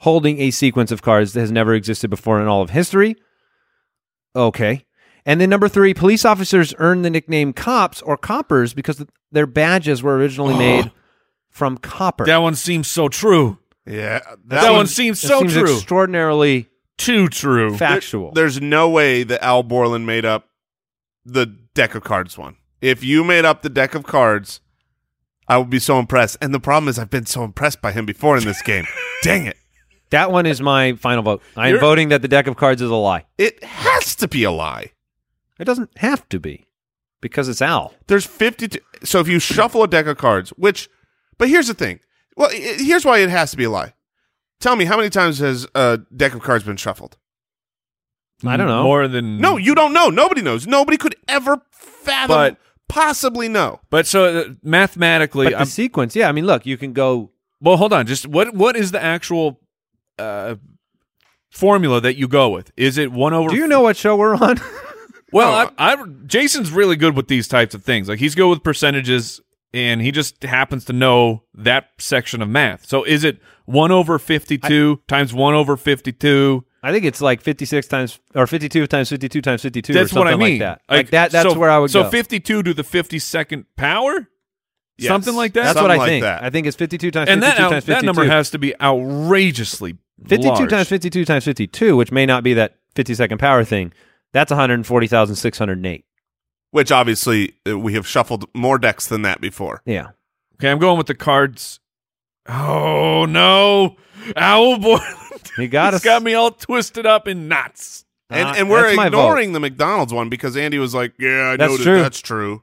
holding a sequence of cards that has never existed before in all of history. Okay. And then number three, police officers earn the nickname cops or coppers because th- their badges were <gasps> originally made from copper. That one seems so true. yeah, that, That, one seems That so seems true. extraordinarily Too true. factual. There's no way that Al Borland made up the deck of cards one. If you made up the deck of cards, I would be so impressed. And the problem is, I've been so impressed by him before in <laughs> this game. Dang it! that one is my final vote. I am You're- voting that the deck of cards is a lie. It has to be a lie. It doesn't have to be because it's Al. There's 52. So if you shuffle a deck of cards, which, but here's the thing. Well, i- i- here's why it has to be a lie. Tell me, how many times has a deck of cards been shuffled? I don't know. More than No, you don't know. Nobody knows. Nobody could ever fathom, But- possibly know. But so uh, mathematically, But the I'm, sequence, yeah. I mean, look, you can go. well, hold on. Just what what is the actual uh, formula that you go with? Is it one over? Do you know what show we're on? <laughs> Well, I, I Jason's really good with these types of things. Like he's good with percentages, and he just happens to know that section of math. So is it one over fifty-two times one over fifty-two? I think it's like 56 times or 52 times 52 times 52 That's or what something I mean. like that. Like, that that's so- where I would so go. fifty-two to the fifty-second power, Yes. something like that. that's something what I like think. that. I think it's 52 times and 52 that out- times 52. that number has to be outrageously 52 large. times 52 times 52, which may not be that 50 second power thing. That's 140,608. Which obviously uh, we have shuffled more decks than that before. Yeah. Okay, I'm going with the cards. Oh no, owl boy! <laughs> You got it's us. got me all twisted up in knots. And, Ah, and we're that's my ignoring the McDonald's one because Andy was like, "Yeah, I That's know that true. that's true."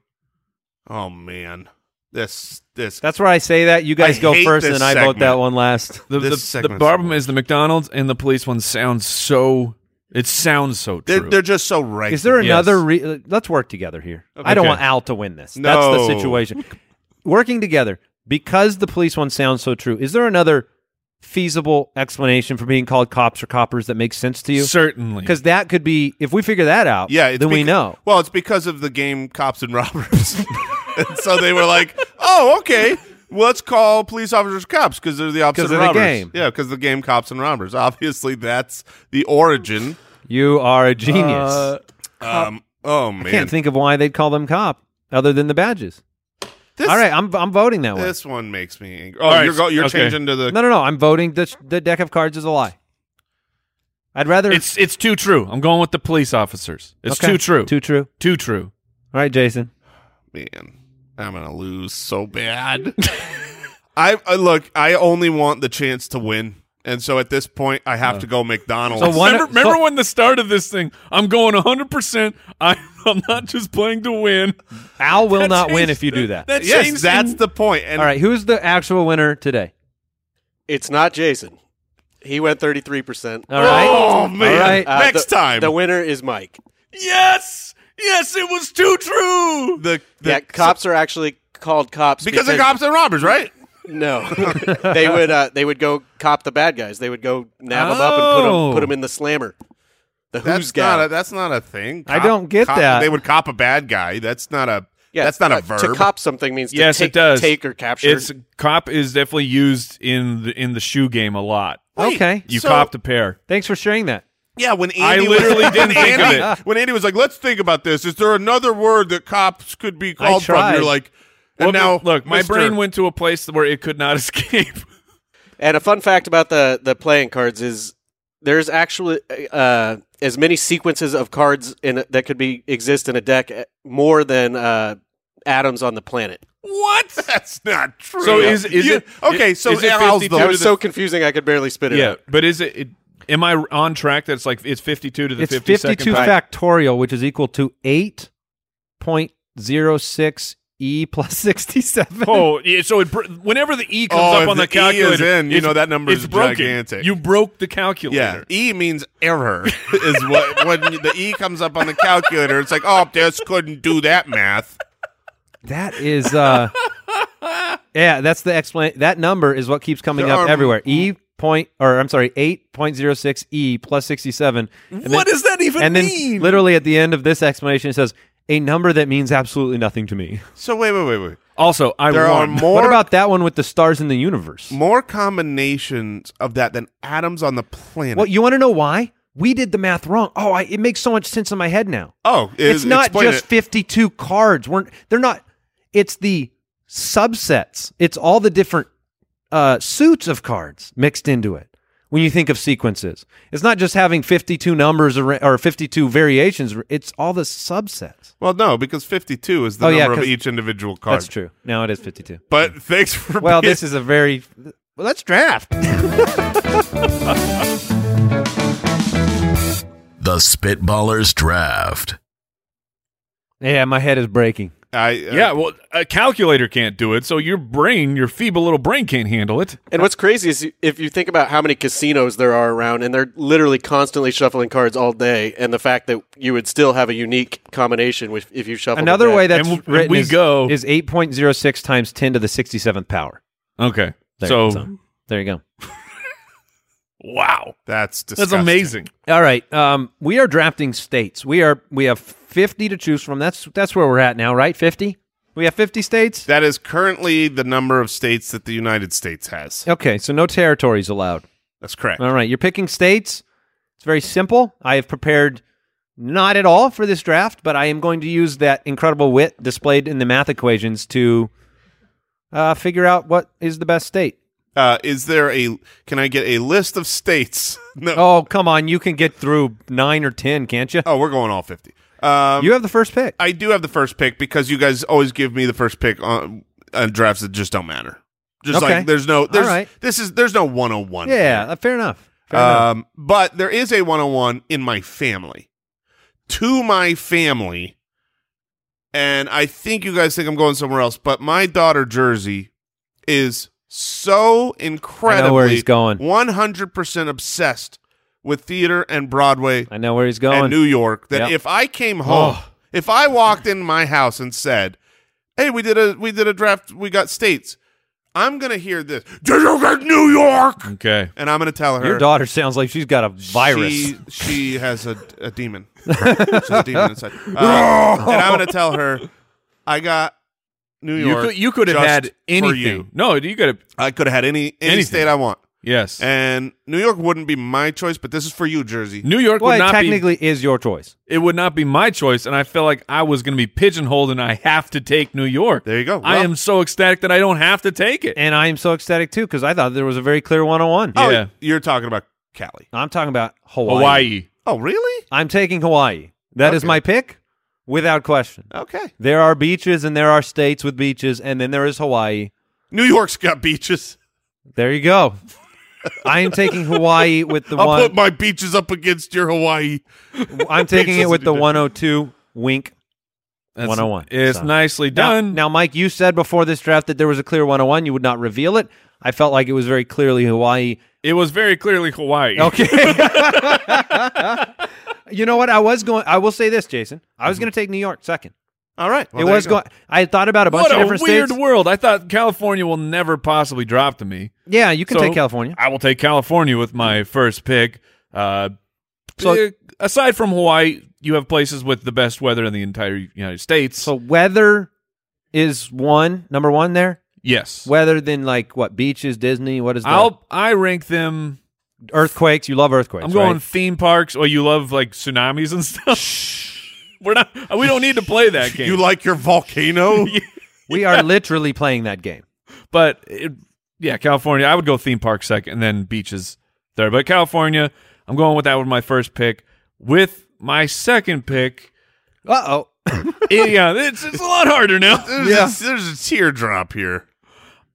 Oh man, this this That's where I say that. You guys I go hate first, this and I vote segment. that one last. The, the, This the segment's problem the is the McDonald's and the police one sounds so. It sounds so they're, true. they're just so regular. Is there Yes. another? Re- let's work together here. I don't Okay. want Al to win this. That's the No. situation. Working together because the police one sounds so true. Is there another feasible explanation for being called cops or coppers that makes sense to you? Certainly, Because that could be if we figure that out. Yeah, it's then we beca- know. Well, it's because of the game Cops and Robbers, <laughs> and so they were like, "Oh, okay, well, let's call police officers cops because they're the opposite 'Cause of of the robbers." game. Yeah, because the game Cops and Robbers. Obviously, that's the origin. You are a genius. Um, oh Uh, man, Can't think of why they'd call them cop other than the badges. This- All right, I'm I'm voting that way. This one makes me angry. Oh, All right, you're, go, you're okay. changing to the. No, no, no. I'm voting the the deck of cards is a lie. I'd rather It's it's too true. I'm going with the police officers. It's Okay. too true. Too true. too true. All right, Jason. Man, I'm going to lose so bad. <laughs> I, I Look, I only want the chance to win. And so at this point, I have to go McDonald's. Uh. So one- remember, remember so- when the start of this thing? I'm going 100. percent I'm not just playing to win. Al will That not win changed if you the- do that. That yes, changed that's in- the point. And All right, who's the actual winner today? It's not Jason. He went 33%. All right. Oh, man. right. Uh, Next the- time. The winner is Mike. yes, yes. It was too true. the, the- yeah, cops are actually called cops because of cops and robbers, right? <laughs> No, they would uh, they would go cop the bad guys. They would go nab them up and put Oh. them in the slammer. The who's That's gal. not a, that's not a thing. I don't get cop- that. They would cop a bad guy. That's not a Yeah, that's not a uh, verb. To cop something means to yes, take, it does. take or capture. It's cop is definitely used in the in the shoe game a lot. okay. You so- copped a pair. Thanks for sharing that. Yeah, when <laughs> Andy I was- literally didn't when think of Andy, it. When Andy was like, "Let's think about this. Is there another word that cops could be called from?" tried. You're like, and Well, now look, my Mr. brain went to a place where it could not <laughs> escape. and a fun fact about the the playing cards is there's actually uh, as many sequences of cards in that could be exist in a deck uh, more than uh, atoms on the planet. Oh, what? That's not true. So is- is You- it- okay? So is it Al's 52 the- That was so confusing I could barely spit it Yeah, out. but is it, it? Am I on track? That's like it's 52 to the It's 50 second 52 time? factorial, which is equal to 8.06 e plus 67. Oh, yeah, so it, br- whenever the e comes Oh, up if on the the E is calculator, in, you it's- know that number it's is broken. gigantic. You broke the yeah, calculator. E means error <laughs> is what when the E comes up on the calculator. It's like, oh, this couldn't do that math. That <laughs> is uh Yeah, that's the explain that number is what keeps coming There up are- everywhere. E point or I'm sorry, 8.06 e plus 67. And What does that even and mean? then literally at the end of this explanation it says a number that means absolutely nothing to me. So wait, wait, wait, wait. Also, I There are won. more what about that one with the stars in the universe? more combinations of that than atoms on the planet. Well, you want to know why? We did the math wrong. Oh, I, it makes so much sense in my head now. oh, it's is- not explain just it. 52 cards. We're they're not it's the subsets. It's all the different uh, suits of cards mixed into it. When you think of sequences, it's not just having 52 numbers or, or 52 variations. It's all the subsets. well, no, because fifty-two is the Oh, yeah, number of 'cause- each individual card. That's true. Now it is 52. But <laughs> thanks for Well, being- this is a very well. Let's draft. The Spitballers Draft. Yeah, my head is breaking. I, uh, yeah, well, a calculator can't do it, so your brain, your feeble little brain, can't handle it. And what's crazy is you- if you think about how many casinos there are around, and they're literally constantly shuffling cards all day, and the fact that you would still have a unique combination with, if you shuffle. Another way that's And w- written we is, go- is 8.06 times 10 to the 67th power. Okay, There, so there you go. wow, that's disgusting. that's amazing. All right. Um, we are drafting states. We are we have fifty to choose from. That's that's where we're at now, right? Fifty. We have fifty states. That is currently the number of states that the United States has. Okay, so no territories allowed. That's correct. All right, you're picking states. It's very simple. I have prepared not at all for this draft, but I am going to use that incredible wit displayed in the math equations to uh, figure out what is the best state. Uh, is there a? Can I get a list of states? <laughs> No. Oh, Oh, come on! You can get through nine or ten, can't you? we're going all fifty. Um, You have the first pick. Oh, I do have the first pick because you guys always give me the first pick on, on drafts that just don't matter. Just Okay. like there's no there's All right. this is there's no 101. yeah, uh, fair enough. Fair enough. Um but there is a 101 in my family. To my family. And I think you guys think I'm going somewhere else, but my daughter Jersey is so I incredibly know where he's going. 100% obsessed with theater and Broadway I know where he's going. and New York that Yep. if I came home, Oh. if I walked in my house and said, "Hey, we did a we did a draft, we got states," I'm gonna hear this. Did you get New York? Okay, And I'm gonna tell her Your daughter sounds like she's got a virus. She, she has a, a <laughs> demon. She's a demon inside. Uh, and I'm gonna tell her I got New you York. could you could have just had for anything. you. No, you could have. I could have had any any Anything. state I want. Yes. And New York wouldn't be my choice, but this is for you, Jersey. New York Well, would it not be technically is your choice. it would not be my choice, and I felt like I was going to be pigeonholed, and I have to take New York. There you go. I Well- am so ecstatic that I don't have to take it. And I am so ecstatic too because I thought there was a very clear one on one. oh, yeah. you're talking about Cali. I'm talking about Hawaii. Hawaii. Oh, really? I'm taking Hawaii. That is Okay. my pick without question. Okay. There are beaches and there are states with beaches, and then there is Hawaii. New York's got beaches. There you <laughs> go. I am taking Hawaii with the I'll one. put my beaches up against your Hawaii. I'm taking it beaches with if the you do. 102 wink. That's- 101. It's So- nicely Now- done. Now, Mike, you said before this draft that there was a clear 101. You would not reveal it. I felt like it was very clearly Hawaii. it was very clearly Hawaii. Okay. <laughs> you know what? I was going. I will say this, Jason. I was going to take New York second. All right. Well, it there was you go. going. I had thought about a bunch What of a different weird states. world. I thought California will never possibly drop to me. Yeah, you can So, take California. I will take California with my first pick. Uh, So- eh, aside from Hawaii, you have places with the best weather in the entire United States. So weather is one number one there. yes, Weather than like what beaches, Disney. What is that? I'll I rank them. earthquakes. You love earthquakes. I'm going right? theme parks. Or you love like tsunamis and <laughs> stuff. We're not. We don't need to play that game. You like <laughs> your volcano? <laughs> we are literally playing that game. but it, yeah, California. I would go theme park second, and then beaches there. But California, I'm going with that with my first pick. With my second pick, Uh oh. eh, yeah, it's it's a lot harder now. There's, a, there's a teardrop here.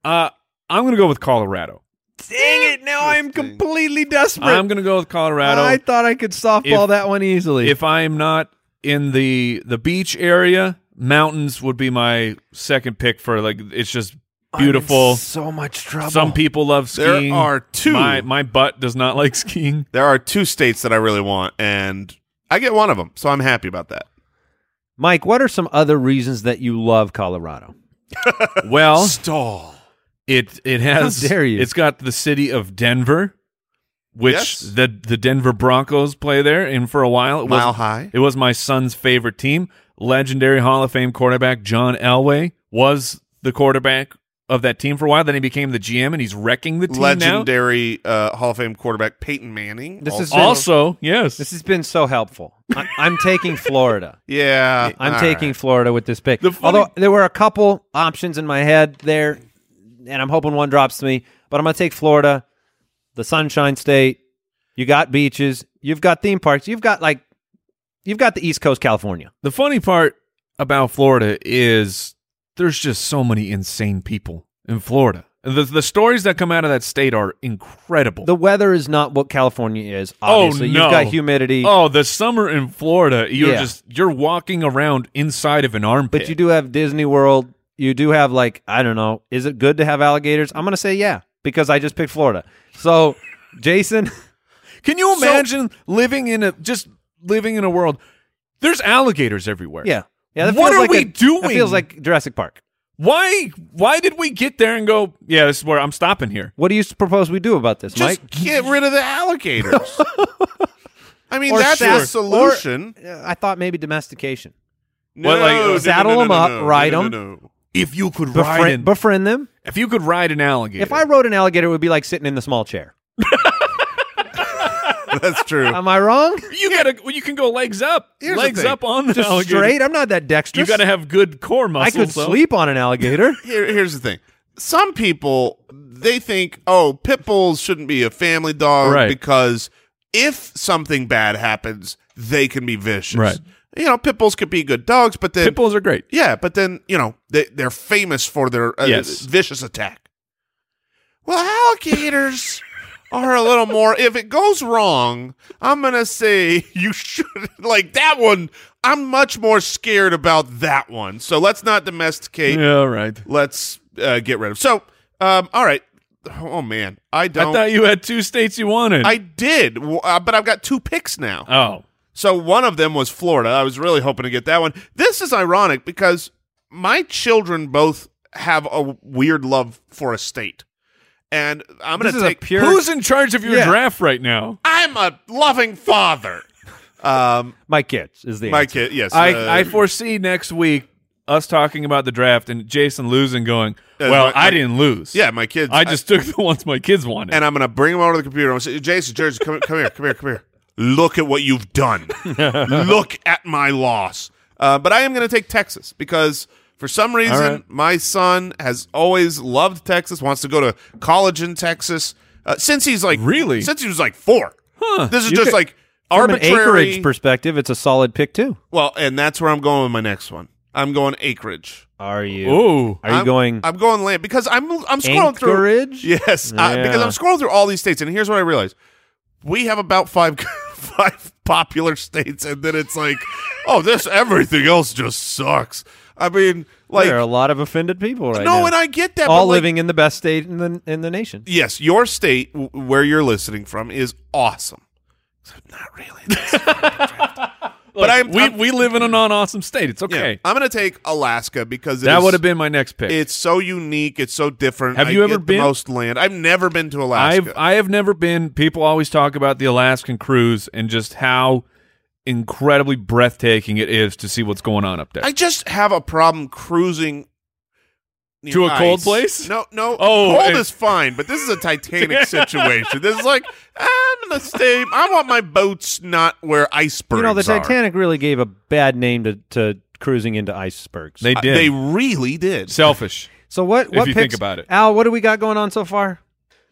Uh, I'm gonna go with Colorado. Dang it! Now I'm completely desperate. I'm gonna go with Colorado. I thought I could softball If- that one easily. if I am not in the the beach area, mountains would be my second pick for like it's just beautiful. so much trouble. Some people love There skiing. are two. My my butt does not like <laughs> skiing. There are two states that I really want, and I get one of them, so I'm happy about that. Mike, what are some other reasons that you love Colorado? Oh. Well, Stall. it it has How dare you. it's got the city of Denver, which Yes. the the Denver Broncos play there, and for a while it was Mile high. It was my son's favorite team. Legendary Hall of Fame quarterback John Elway was the quarterback of that team for a while. Then he became the GM, and he's wrecking the team now. Legendary uh, Hall of Fame quarterback Peyton Manning. This is- Also, yes, This has been so helpful. I, I'm <laughs> taking Florida. yeah. I'm all taking right. Florida with this pick. The funny- Although there were a couple options in my head there, and I'm hoping one drops to me. But I'm going to take Florida, the Sunshine State. You got beaches. You've got theme parks. You've got like, you've got the East Coast, California. the funny part about Florida is there's just so many insane people in Florida. The the stories that come out of that state are incredible. The weather is not what California is. Oh, Obviously, no. you've got humidity. oh, the summer in Florida, you're Yeah. just you're walking around inside of an armpit. But you do have Disney World. You do have like I don't know. Is it good to have alligators? I'm gonna say yeah because I just picked Florida. So, Jason, <laughs> Can you imagine living in a just living in a world? There's alligators everywhere. yeah, yeah. That What feels are like we a- doing? That feels like Jurassic Park. Why? Why did we get there and go? Yeah, this is where I'm stopping here. What do you s- propose we do about this, Just get rid of the alligators. <laughs> I mean, Or that's sat- the solution. Mike? Uh, I thought maybe domestication. no, What, like, saddle 'em up, ride 'em. If you could ride, Befriend, an, befriend them. if you could ride an alligator, If I rode an alligator, it would be like sitting in the small chair. That's true. Am <laughs> I wrong? you gotta, well, you can go legs up, Here's the legs thing. up on the Just alligator. straight. I'm not that You dexterous. gotta have good core muscles. I could though. sleep on an alligator. <laughs> Here, here's the thing. Some people they think, oh, pit bulls shouldn't be a family dog Right. because if something bad happens, they can be vicious. Right. You know, pit bulls could be good dogs, but then Pit bulls are great. Yeah, but then you know they they're famous for their uh, Yes. vicious attack. Well, alligators <laughs> are a little more. If it goes wrong, I'm gonna say <laughs> you should like that one. I'm much more scared about that one. So let's not domesticate. Yeah, right. Let's uh, get rid of. So, um, all right. Oh man, I don't. I I, thought you had two states you wanted. did, w- uh, but I've got two picks now. oh, So one of them was Florida. I was really hoping to get that one. This is ironic because my children both have a weird love for a state. And I'm going This to is a take pure- who's in charge of your Yeah. draft right now? I'm a loving father. Um my kids is the my answer. kid, yes. I, uh, I foresee next week us talking about the draft and Jason losing, going, Uh, "Well, my- I my- didn't lose. Yeah, my kids. I just took <laughs> the ones my kids wanted." and I'm gonna bring him over to the computer. I'm gonna say, Jason, Jason, come, come here, come here, come here. Look at what you've <laughs> done. Look at my loss. Uh, but I am gonna take Texas because for some reason right. my son has always loved Texas. Wants to go to college in Texas uh, since he's like Really? since he was like four. This is You just could- like From an arbitrary. acreage perspective, it's a solid pick too. well, and that's where I'm going with my next one. I'm going acreage. Are you? Ooh, Are you I'm, going? I'm going land because I'm I'm scrolling Anchorage? through. <laughs> Yes, I- because Yeah. I'm scrolling through all these states, and here's what I realized: we have about five <laughs> five popular states, and then it's like, oh, this everything else just sucks. I mean, like, there are a lot of offended people right now. no, and I get that. all but, like, living in the best state in the in the nation. Yes, your state w- where you're listening from is awesome. Except Not really. but I'm, we I'm- we live in a non-awesome state. It's <laughs> yeah, okay. I'm going to take Alaska because it that is- would have been my next pick. It's so unique. It's so different. Have I you ever get been? the most land? I've never been to Alaska. I've I have never been. People always talk about the Alaskan cruise and just how incredibly breathtaking it is to see what's going on up there. I just have a problem cruising near To a cold ice. place? No, no. Oh, cold it- is fine, but this is a <laughs> Titanic situation. This is like I'm gonna stay. I want my boats not where icebergs. You know, the are. Titanic really gave a bad name to, to cruising into icebergs. they Uh, did. They really did. selfish. so what? If What you think picks, about it. Al? What do we got going on so far?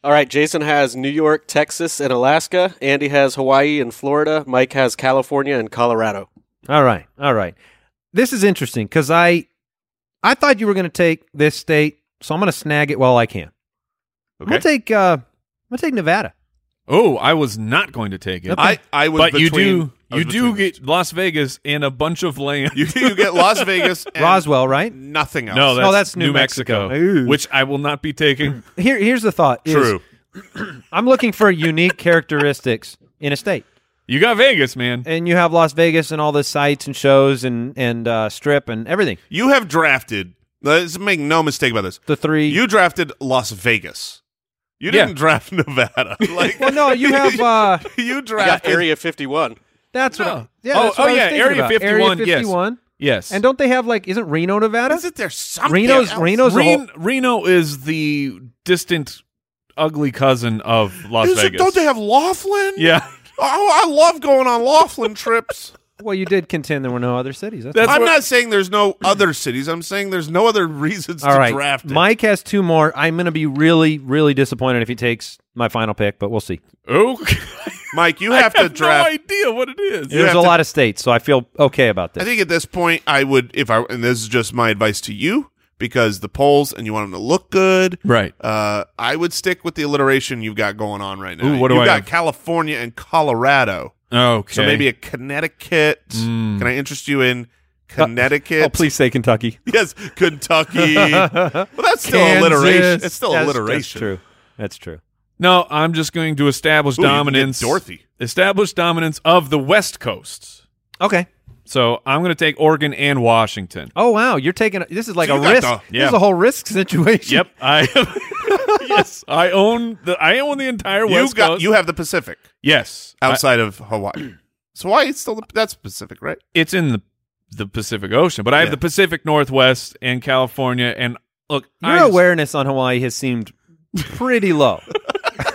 All right, Jason has New York, Texas, and Alaska. Andy has Hawaii and Florida. Mike has California and Colorado. All right, all right. This is interesting because I, I thought you were going to take this state, so I'm going to snag it while I can. I'm Okay. going to take. Uh, I'm going to take Nevada. Oh, I was not going to take it. I I was. but you between- do I was you do between- get Las Vegas and a bunch of land. you, you <laughs> get Las Vegas. And Roswell, right? Nothing else. no, that's, Oh, that's New Mexico. Ooh. which I will not be <laughs> taking. Here, here's the thought. is true. <clears throat> I'm looking for <laughs> unique characteristics in a state, You got Vegas, man. and you have Las Vegas and all the sites and shows and and uh, strip and everything. You have drafted. Let's make no mistake about this. The three. You drafted Las Vegas. You Yeah. didn't draft Nevada. <laughs> Like, well, no, you have. Uh, <laughs> you I got drafted Area 51. that's what. I, No. yeah. Oh, that's what oh, I was yeah, thinking Area about. 51, Area yes. 51. Yes, And don't they have like? Isn't Reno, Nevada? Isn't there something? Reno's else? Reno's a whole, Ren- Reno is the distant, ugly cousin of Las Is it- Vegas. Don't they have Laughlin? <laughs> yeah, Oh, I love going on Laughlin trips. Well, you did contend there were no other cities. <laughs> That's, that's I'm what- not saying there's no other cities. I'm saying there's no other reasons all to right. draft. It. Mike has two more. I'm going to be really, really disappointed if he takes my final pick, but we'll see. <laughs> Okay. Mike, you have, I have to draft. no idea what it is. There's have a to- lot of states, so I feel okay about I this. think at this point, I would if I and this is just my advice to you because the polls and you want them to look good. Right. Uh, I would stick with the alliteration you've got going on right now. Ooh, what do you've I got have? California and Colorado. Okay. Hmm. Uh, So maybe a Connecticut. Can I interest you in Connecticut? Oh, please say Kentucky. <laughs> Yes, Kentucky. well, that's still Kansas. alliteration. It's still That's- alliteration. That's true. That's true. no, I'm just going to establish Ooh, you can get dominance. Dorothy. Establish dominance of the West Coast. Okay. So I'm going to take Oregon and <laughs> Washington. Oh wow, you're taking this is like So a you got risk. the- This yeah. is a whole risk situation. Yep. I <laughs> yes. I own the I own the entire West You got Coast. you have the Pacific yes. I- outside of Hawaii. So Hawaii it's still the, that's Pacific, right? it's in the the Pacific Ocean, but I have Yeah. the Pacific Northwest and California. And look, <laughs> Your I just- awareness on Hawaii has seemed <laughs> pretty low.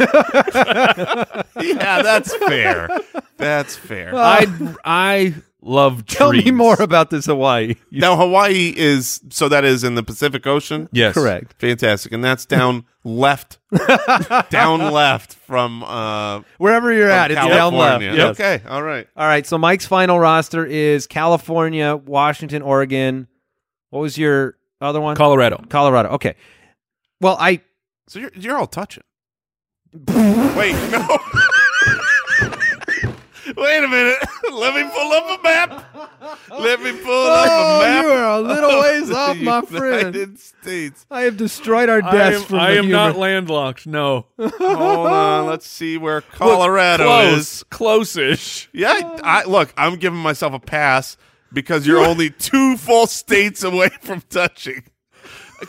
Uh, yeah, that's fair. That's fair. <laughs> I I love. Tell me trees. more about this Hawaii. now Hawaii is so that is in the Pacific Ocean. Yes. Correct. Fantastic. And that's down left. down left from uh Wherever you're from at, it's down left. California. Yes. Okay, all right. All right, so Mike's final roster is California, Washington, Oregon. What was your other one? Colorado. Colorado. Okay. Well, I So you're you're all touching. <laughs> Wait, no. Wait a minute. <laughs> Let me pull up a map. Let me pull Oh, up a map. Oh, a <laughs> little <laughs> of the United States. I have destroyed our I am, I am not landlocked. No. Hold <laughs> on. Let's see where Colorado is. Close. Close-ish. Yeah, I, I- look. I'm giving myself a pass because you're only two full states away <laughs> from touching.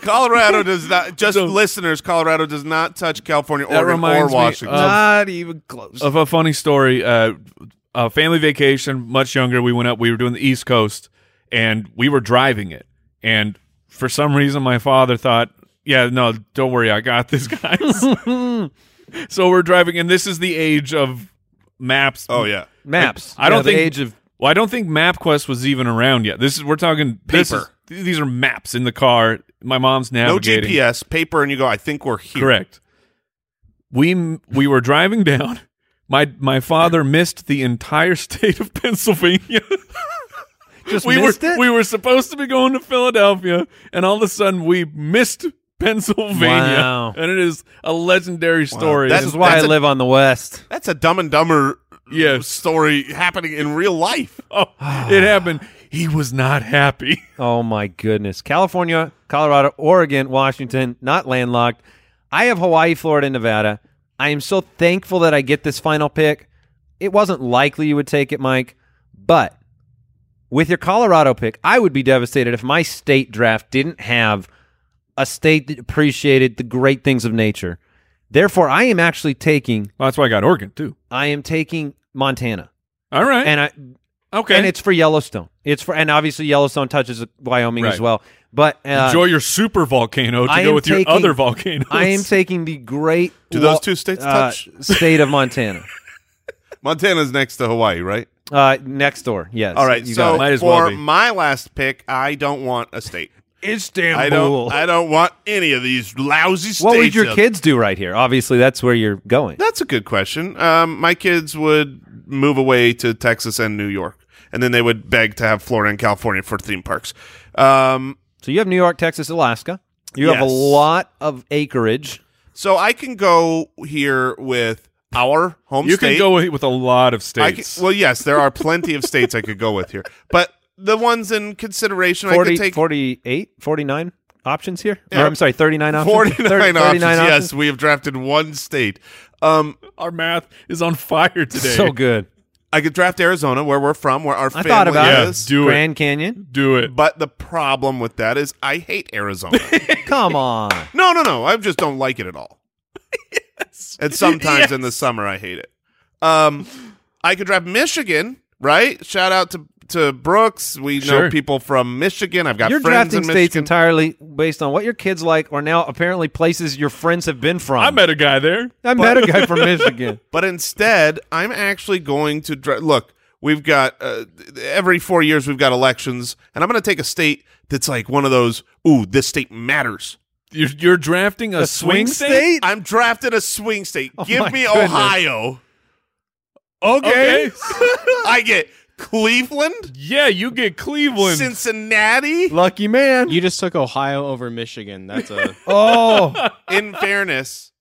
Colorado does not. Just listeners, Colorado does not touch California, Oregon, or reminds me Washington. of- Not even close. of a funny story. Uh, a family vacation, much younger. We went up. We were doing the East Coast, and we were driving it. And for some reason, my father thought, yeah, no, don't worry, I got this, <laughs> guys. so we're driving, and this is the age of maps. Oh yeah. Maps. I don't Yeah, the think age of Well, I don't think MapQuest was even around yet. This is we're talking this Paper. is- these are maps in the car. My mom's No navigating. GPS, paper, and you go. I think we're here. Correct. We we were driving down. My my father missed the entire <laughs> state of <laughs> Pennsylvania. just we missed were it. we were supposed to be going to Philadelphia, and all of a sudden we missed Pennsylvania. Wow. And it is a legendary story. this That's- is why I a- live on the west. That's a Dumb and Dumber Yes. story happening in <laughs> real life. oh, <sighs> it happened. He was not <laughs> happy. Oh my goodness. California, Colorado, Oregon, Washington, not landlocked. I have Hawaii, Florida, and Nevada. I am so thankful that I get this final pick. It wasn't likely you would take it, Mike, but with your Colorado pick, I would be devastated if my state draft didn't have a state that appreciated the great things of nature. Therefore, I am actually taking Well, that's why I got Oregon too. I am taking Montana. All right. And I okay. and it's for Yellowstone. It's for and obviously Yellowstone touches Wyoming as Right. well. But uh, Enjoy your super volcano to I go am with taking- your other volcanoes. <laughs> I am taking the great. Do those wa- two states uh, touch? <laughs> state of Montana, Montana's next to Hawaii, right? uh, next door. Yes. All right. You so it. Might as for well be. my last pick, I don't want a state. Istanbul. I don't. I don't want any of these lousy states. uh, what would your of- kids do right here? Obviously, that's where you're going. That's a good question. Um, my kids would move away to Texas and New York, and then they would beg to have Florida and California for theme parks. Um, So you have New York, Texas, Alaska. You have a Yes. lot of acreage. so I can go here with our home you state. can go with, with a lot of I states. can- well, yes, there are plenty of states I could go with here, but the ones in consideration, I 40, could take 48, 49 options here. Or, Yeah. I'm sorry, 39 options. 49 Thir- 39 options. Yes, we have drafted one state. Um, Our math is on fire today. <laughs> So good. I could draft Arizona, where we're from, where our I family thought about Yeah, it. is. do it. Grand Canyon. Do it. But the problem with that is I hate <laughs> Arizona. Come on. no, no, no. I just don't like it at all. And sometimes in the summer, I hate it. Um, I could draft Michigan, right? Shout out to to Brooks. We know Sure. people from Michigan. I've got You're friends drafting in states Michigan. entirely based on what your kids like, or now apparently places your friends have been from. I met a guy there. I met a guy from Michigan. But instead, I'm actually going to dra- look. We've got uh, every four years we've got elections, and I'm going to take a state that's like one of those. Ooh, this state matters. You're, you're drafting a, swing, state? I'm drafting a swing state. Oh my Give me goodness. Ohio. <laughs> Okay. I get Cleveland, yeah, you get Cleveland. Cincinnati. Lucky man. You just took Ohio over Michigan. That's a <laughs> oh, In fairness,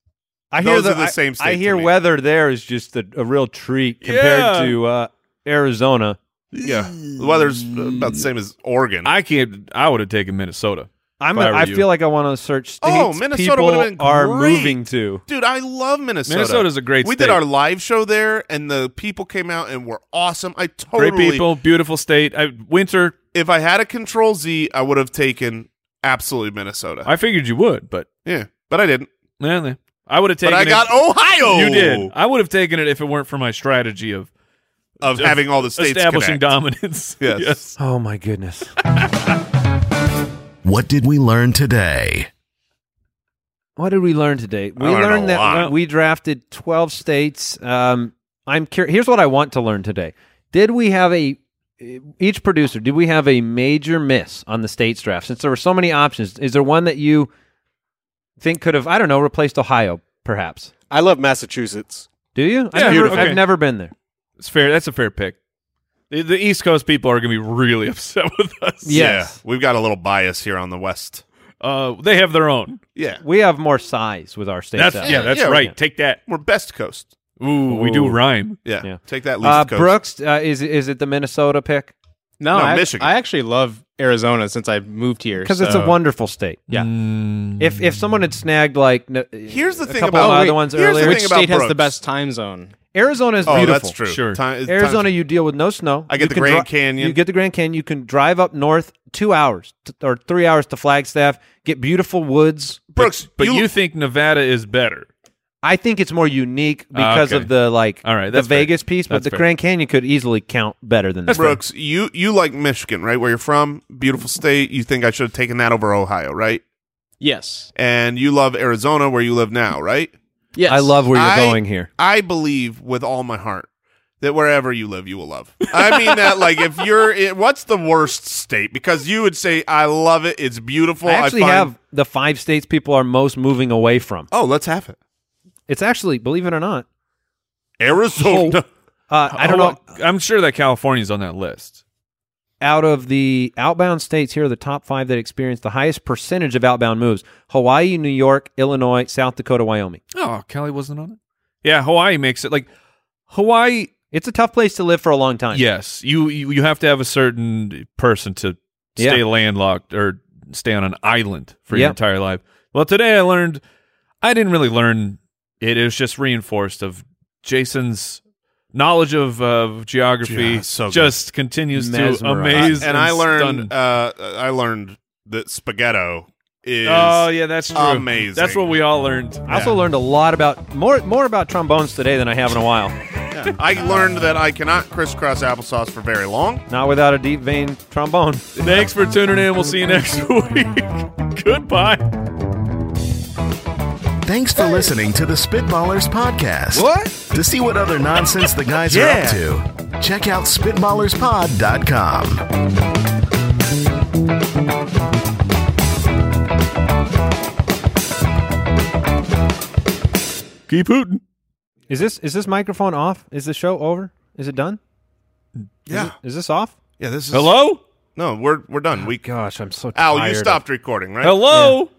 I Those hear the, are the I- same state I to hear me. weather there is just a, a real treat compared Yeah. to uh, Arizona. yeah, the weather's about the same as Oregon. I can't. I would have taken Minnesota. I'm. If I A, were I you. feel like I want to search states Oh, Minnesota people would've been are great. moving to. Dude, I love Minnesota. Minnesota's a great We state. did our live show there, and the people came out and were awesome. I totally Great people, beautiful state. I, winter. if I had a control Z, I would have taken absolutely Minnesota. I figured you would, but yeah, but I didn't. eh, eh. I oh. would have But taken. I it- got Ohio. You did. I would have taken it if it weren't for my strategy of of having all the states establishing connect. dominance. <laughs> Yes. Oh my goodness. What did we learn today? What did we learn today? We learned a that lot. we drafted 12 states. Um, I'm curious. Here's what I want to learn today. Did we have a eh, each producer? Did we have a major miss on the states draft? Since there were so many options, is there one that you think could have I don't know replaced Ohio? Perhaps. I love Massachusetts. Do you? Yeah, I've, never, beautiful. I've Okay. never been there. It's fair. That's a fair pick. The, the East Coast people are going to be really <laughs> upset with us. Yes. We've got a little bias here on the West. Uh, they have their own. Yeah, We have more size with our state That's draft. yeah. That's Yeah. right. Take that. we're best coast. Ooh, we do Ooh. rhyme. Yeah, Yeah. take that least Uh, coast. Brooks, uh, is is it the Minnesota pick? no. No, I, Michigan. I actually love Arizona since I moved here Because it's a so- wonderful state. Yeah. If if someone had snagged like n- Here's the a thing couple about- of Oh, other wait, ones here's the earlier, Which thing about state has Brooks. the best time zone? Arizona is oh, beautiful. that's true. Sure. Time- it's Arizona, time- you deal with no snow. I get You the can Grand Canyon. You get the Grand Canyon. You can drive up north two hours t- or three hours to Flagstaff. Get beautiful woods. <laughs> Brooks, But you, think Nevada is better? I think it's more unique Ah, because okay. of the like All right, the that's fair. Vegas piece, but That's the fair. Grand Canyon could easily count better than that. Brooks, you you like Michigan, right? Where you're from, beautiful state. You think I should have taken that over Ohio, right? Yes. And you love Arizona, where you live now, right? Yes. I love where you're I- going here. I believe with all my heart that wherever you live, you will love. I mean that like if you're, in, what's the worst state? Because you would say, I love it. It's beautiful. I actually find- have the five states people are most moving away from. Oh, let's have it. It's actually, believe it or not, Arizona. uh, I don't know. I'm sure that California's on that list. Out of the outbound states, here are the top five that experience the highest percentage of outbound moves: Hawaii, New York, Illinois, South Dakota, Wyoming. Oh, Kelly wasn't on it. Yeah, Hawaii makes it like Hawaii. It's a tough place to live for a long time. Yes, you you, you have to have a certain person to stay Yeah. landlocked or stay on an island for your Yeah. entire life. Well, today I learned. I didn't really learn it. It was just reinforced of Jason's knowledge of of geography. Yeah, so good. just continues to Mesmerized. amaze. and I stun- learned, uh, I learned that spaghetto is. oh yeah, that's true. amazing. That's what we all learned. I also learned a lot about more more about trombones today than I have in a while. I learned that I cannot crisscross applesauce for very long. Not without a deep vein trombone. Thanks for tuning in. We'll see you next <laughs> week. Goodbye. Thanks for listening to the Spitballers Podcast. What? To see what other nonsense the guys are up to, check out SpitballersPod.com. Keep hooting. Is this is this microphone off? Is the show over? Is it done? Yeah, Is this off? yeah. This is Hello? No, we're we're done. We Gosh, I'm so tired. Al, you of- stopped recording, right? Hello?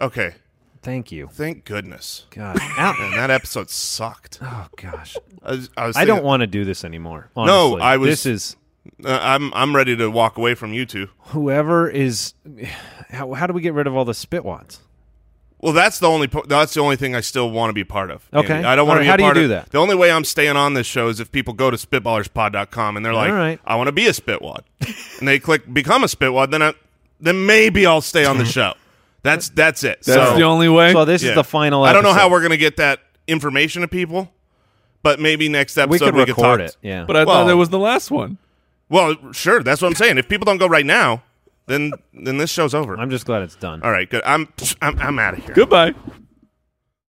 Okay. Thank you. Thank goodness. God, <laughs> Al- And that episode sucked. oh gosh, I, was- I, was I thinking- don't want to do this anymore. No, honestly. I was- This is Uh, I'm I'm ready to walk away from you two. whoever is. How, how do we get rid of all the spitwats? Well, that's the only po- that's the only thing I still want to be part of. Okay. Andy. I don't want All right, to be. how a do you part do of, that? The only way I'm staying on this show is if people go to spitballerspod.com and they're like, All right. "I want to be a spitwad," <laughs> and they click "Become a spitwad." Then I, then maybe I'll <laughs> stay on the show. That's that's it. That's so, the only way. So this is yeah. the final. I don't know how episode. we're gonna get that information to people, but maybe next episode we could we record could talk. it. Yeah, but I Well- thought that was the last one. Well, sure. That's what I'm saying. If people don't go right now, then then this show's over. I'm just glad it's done. All right, good. I'm I'm, I'm out of here. Goodbye.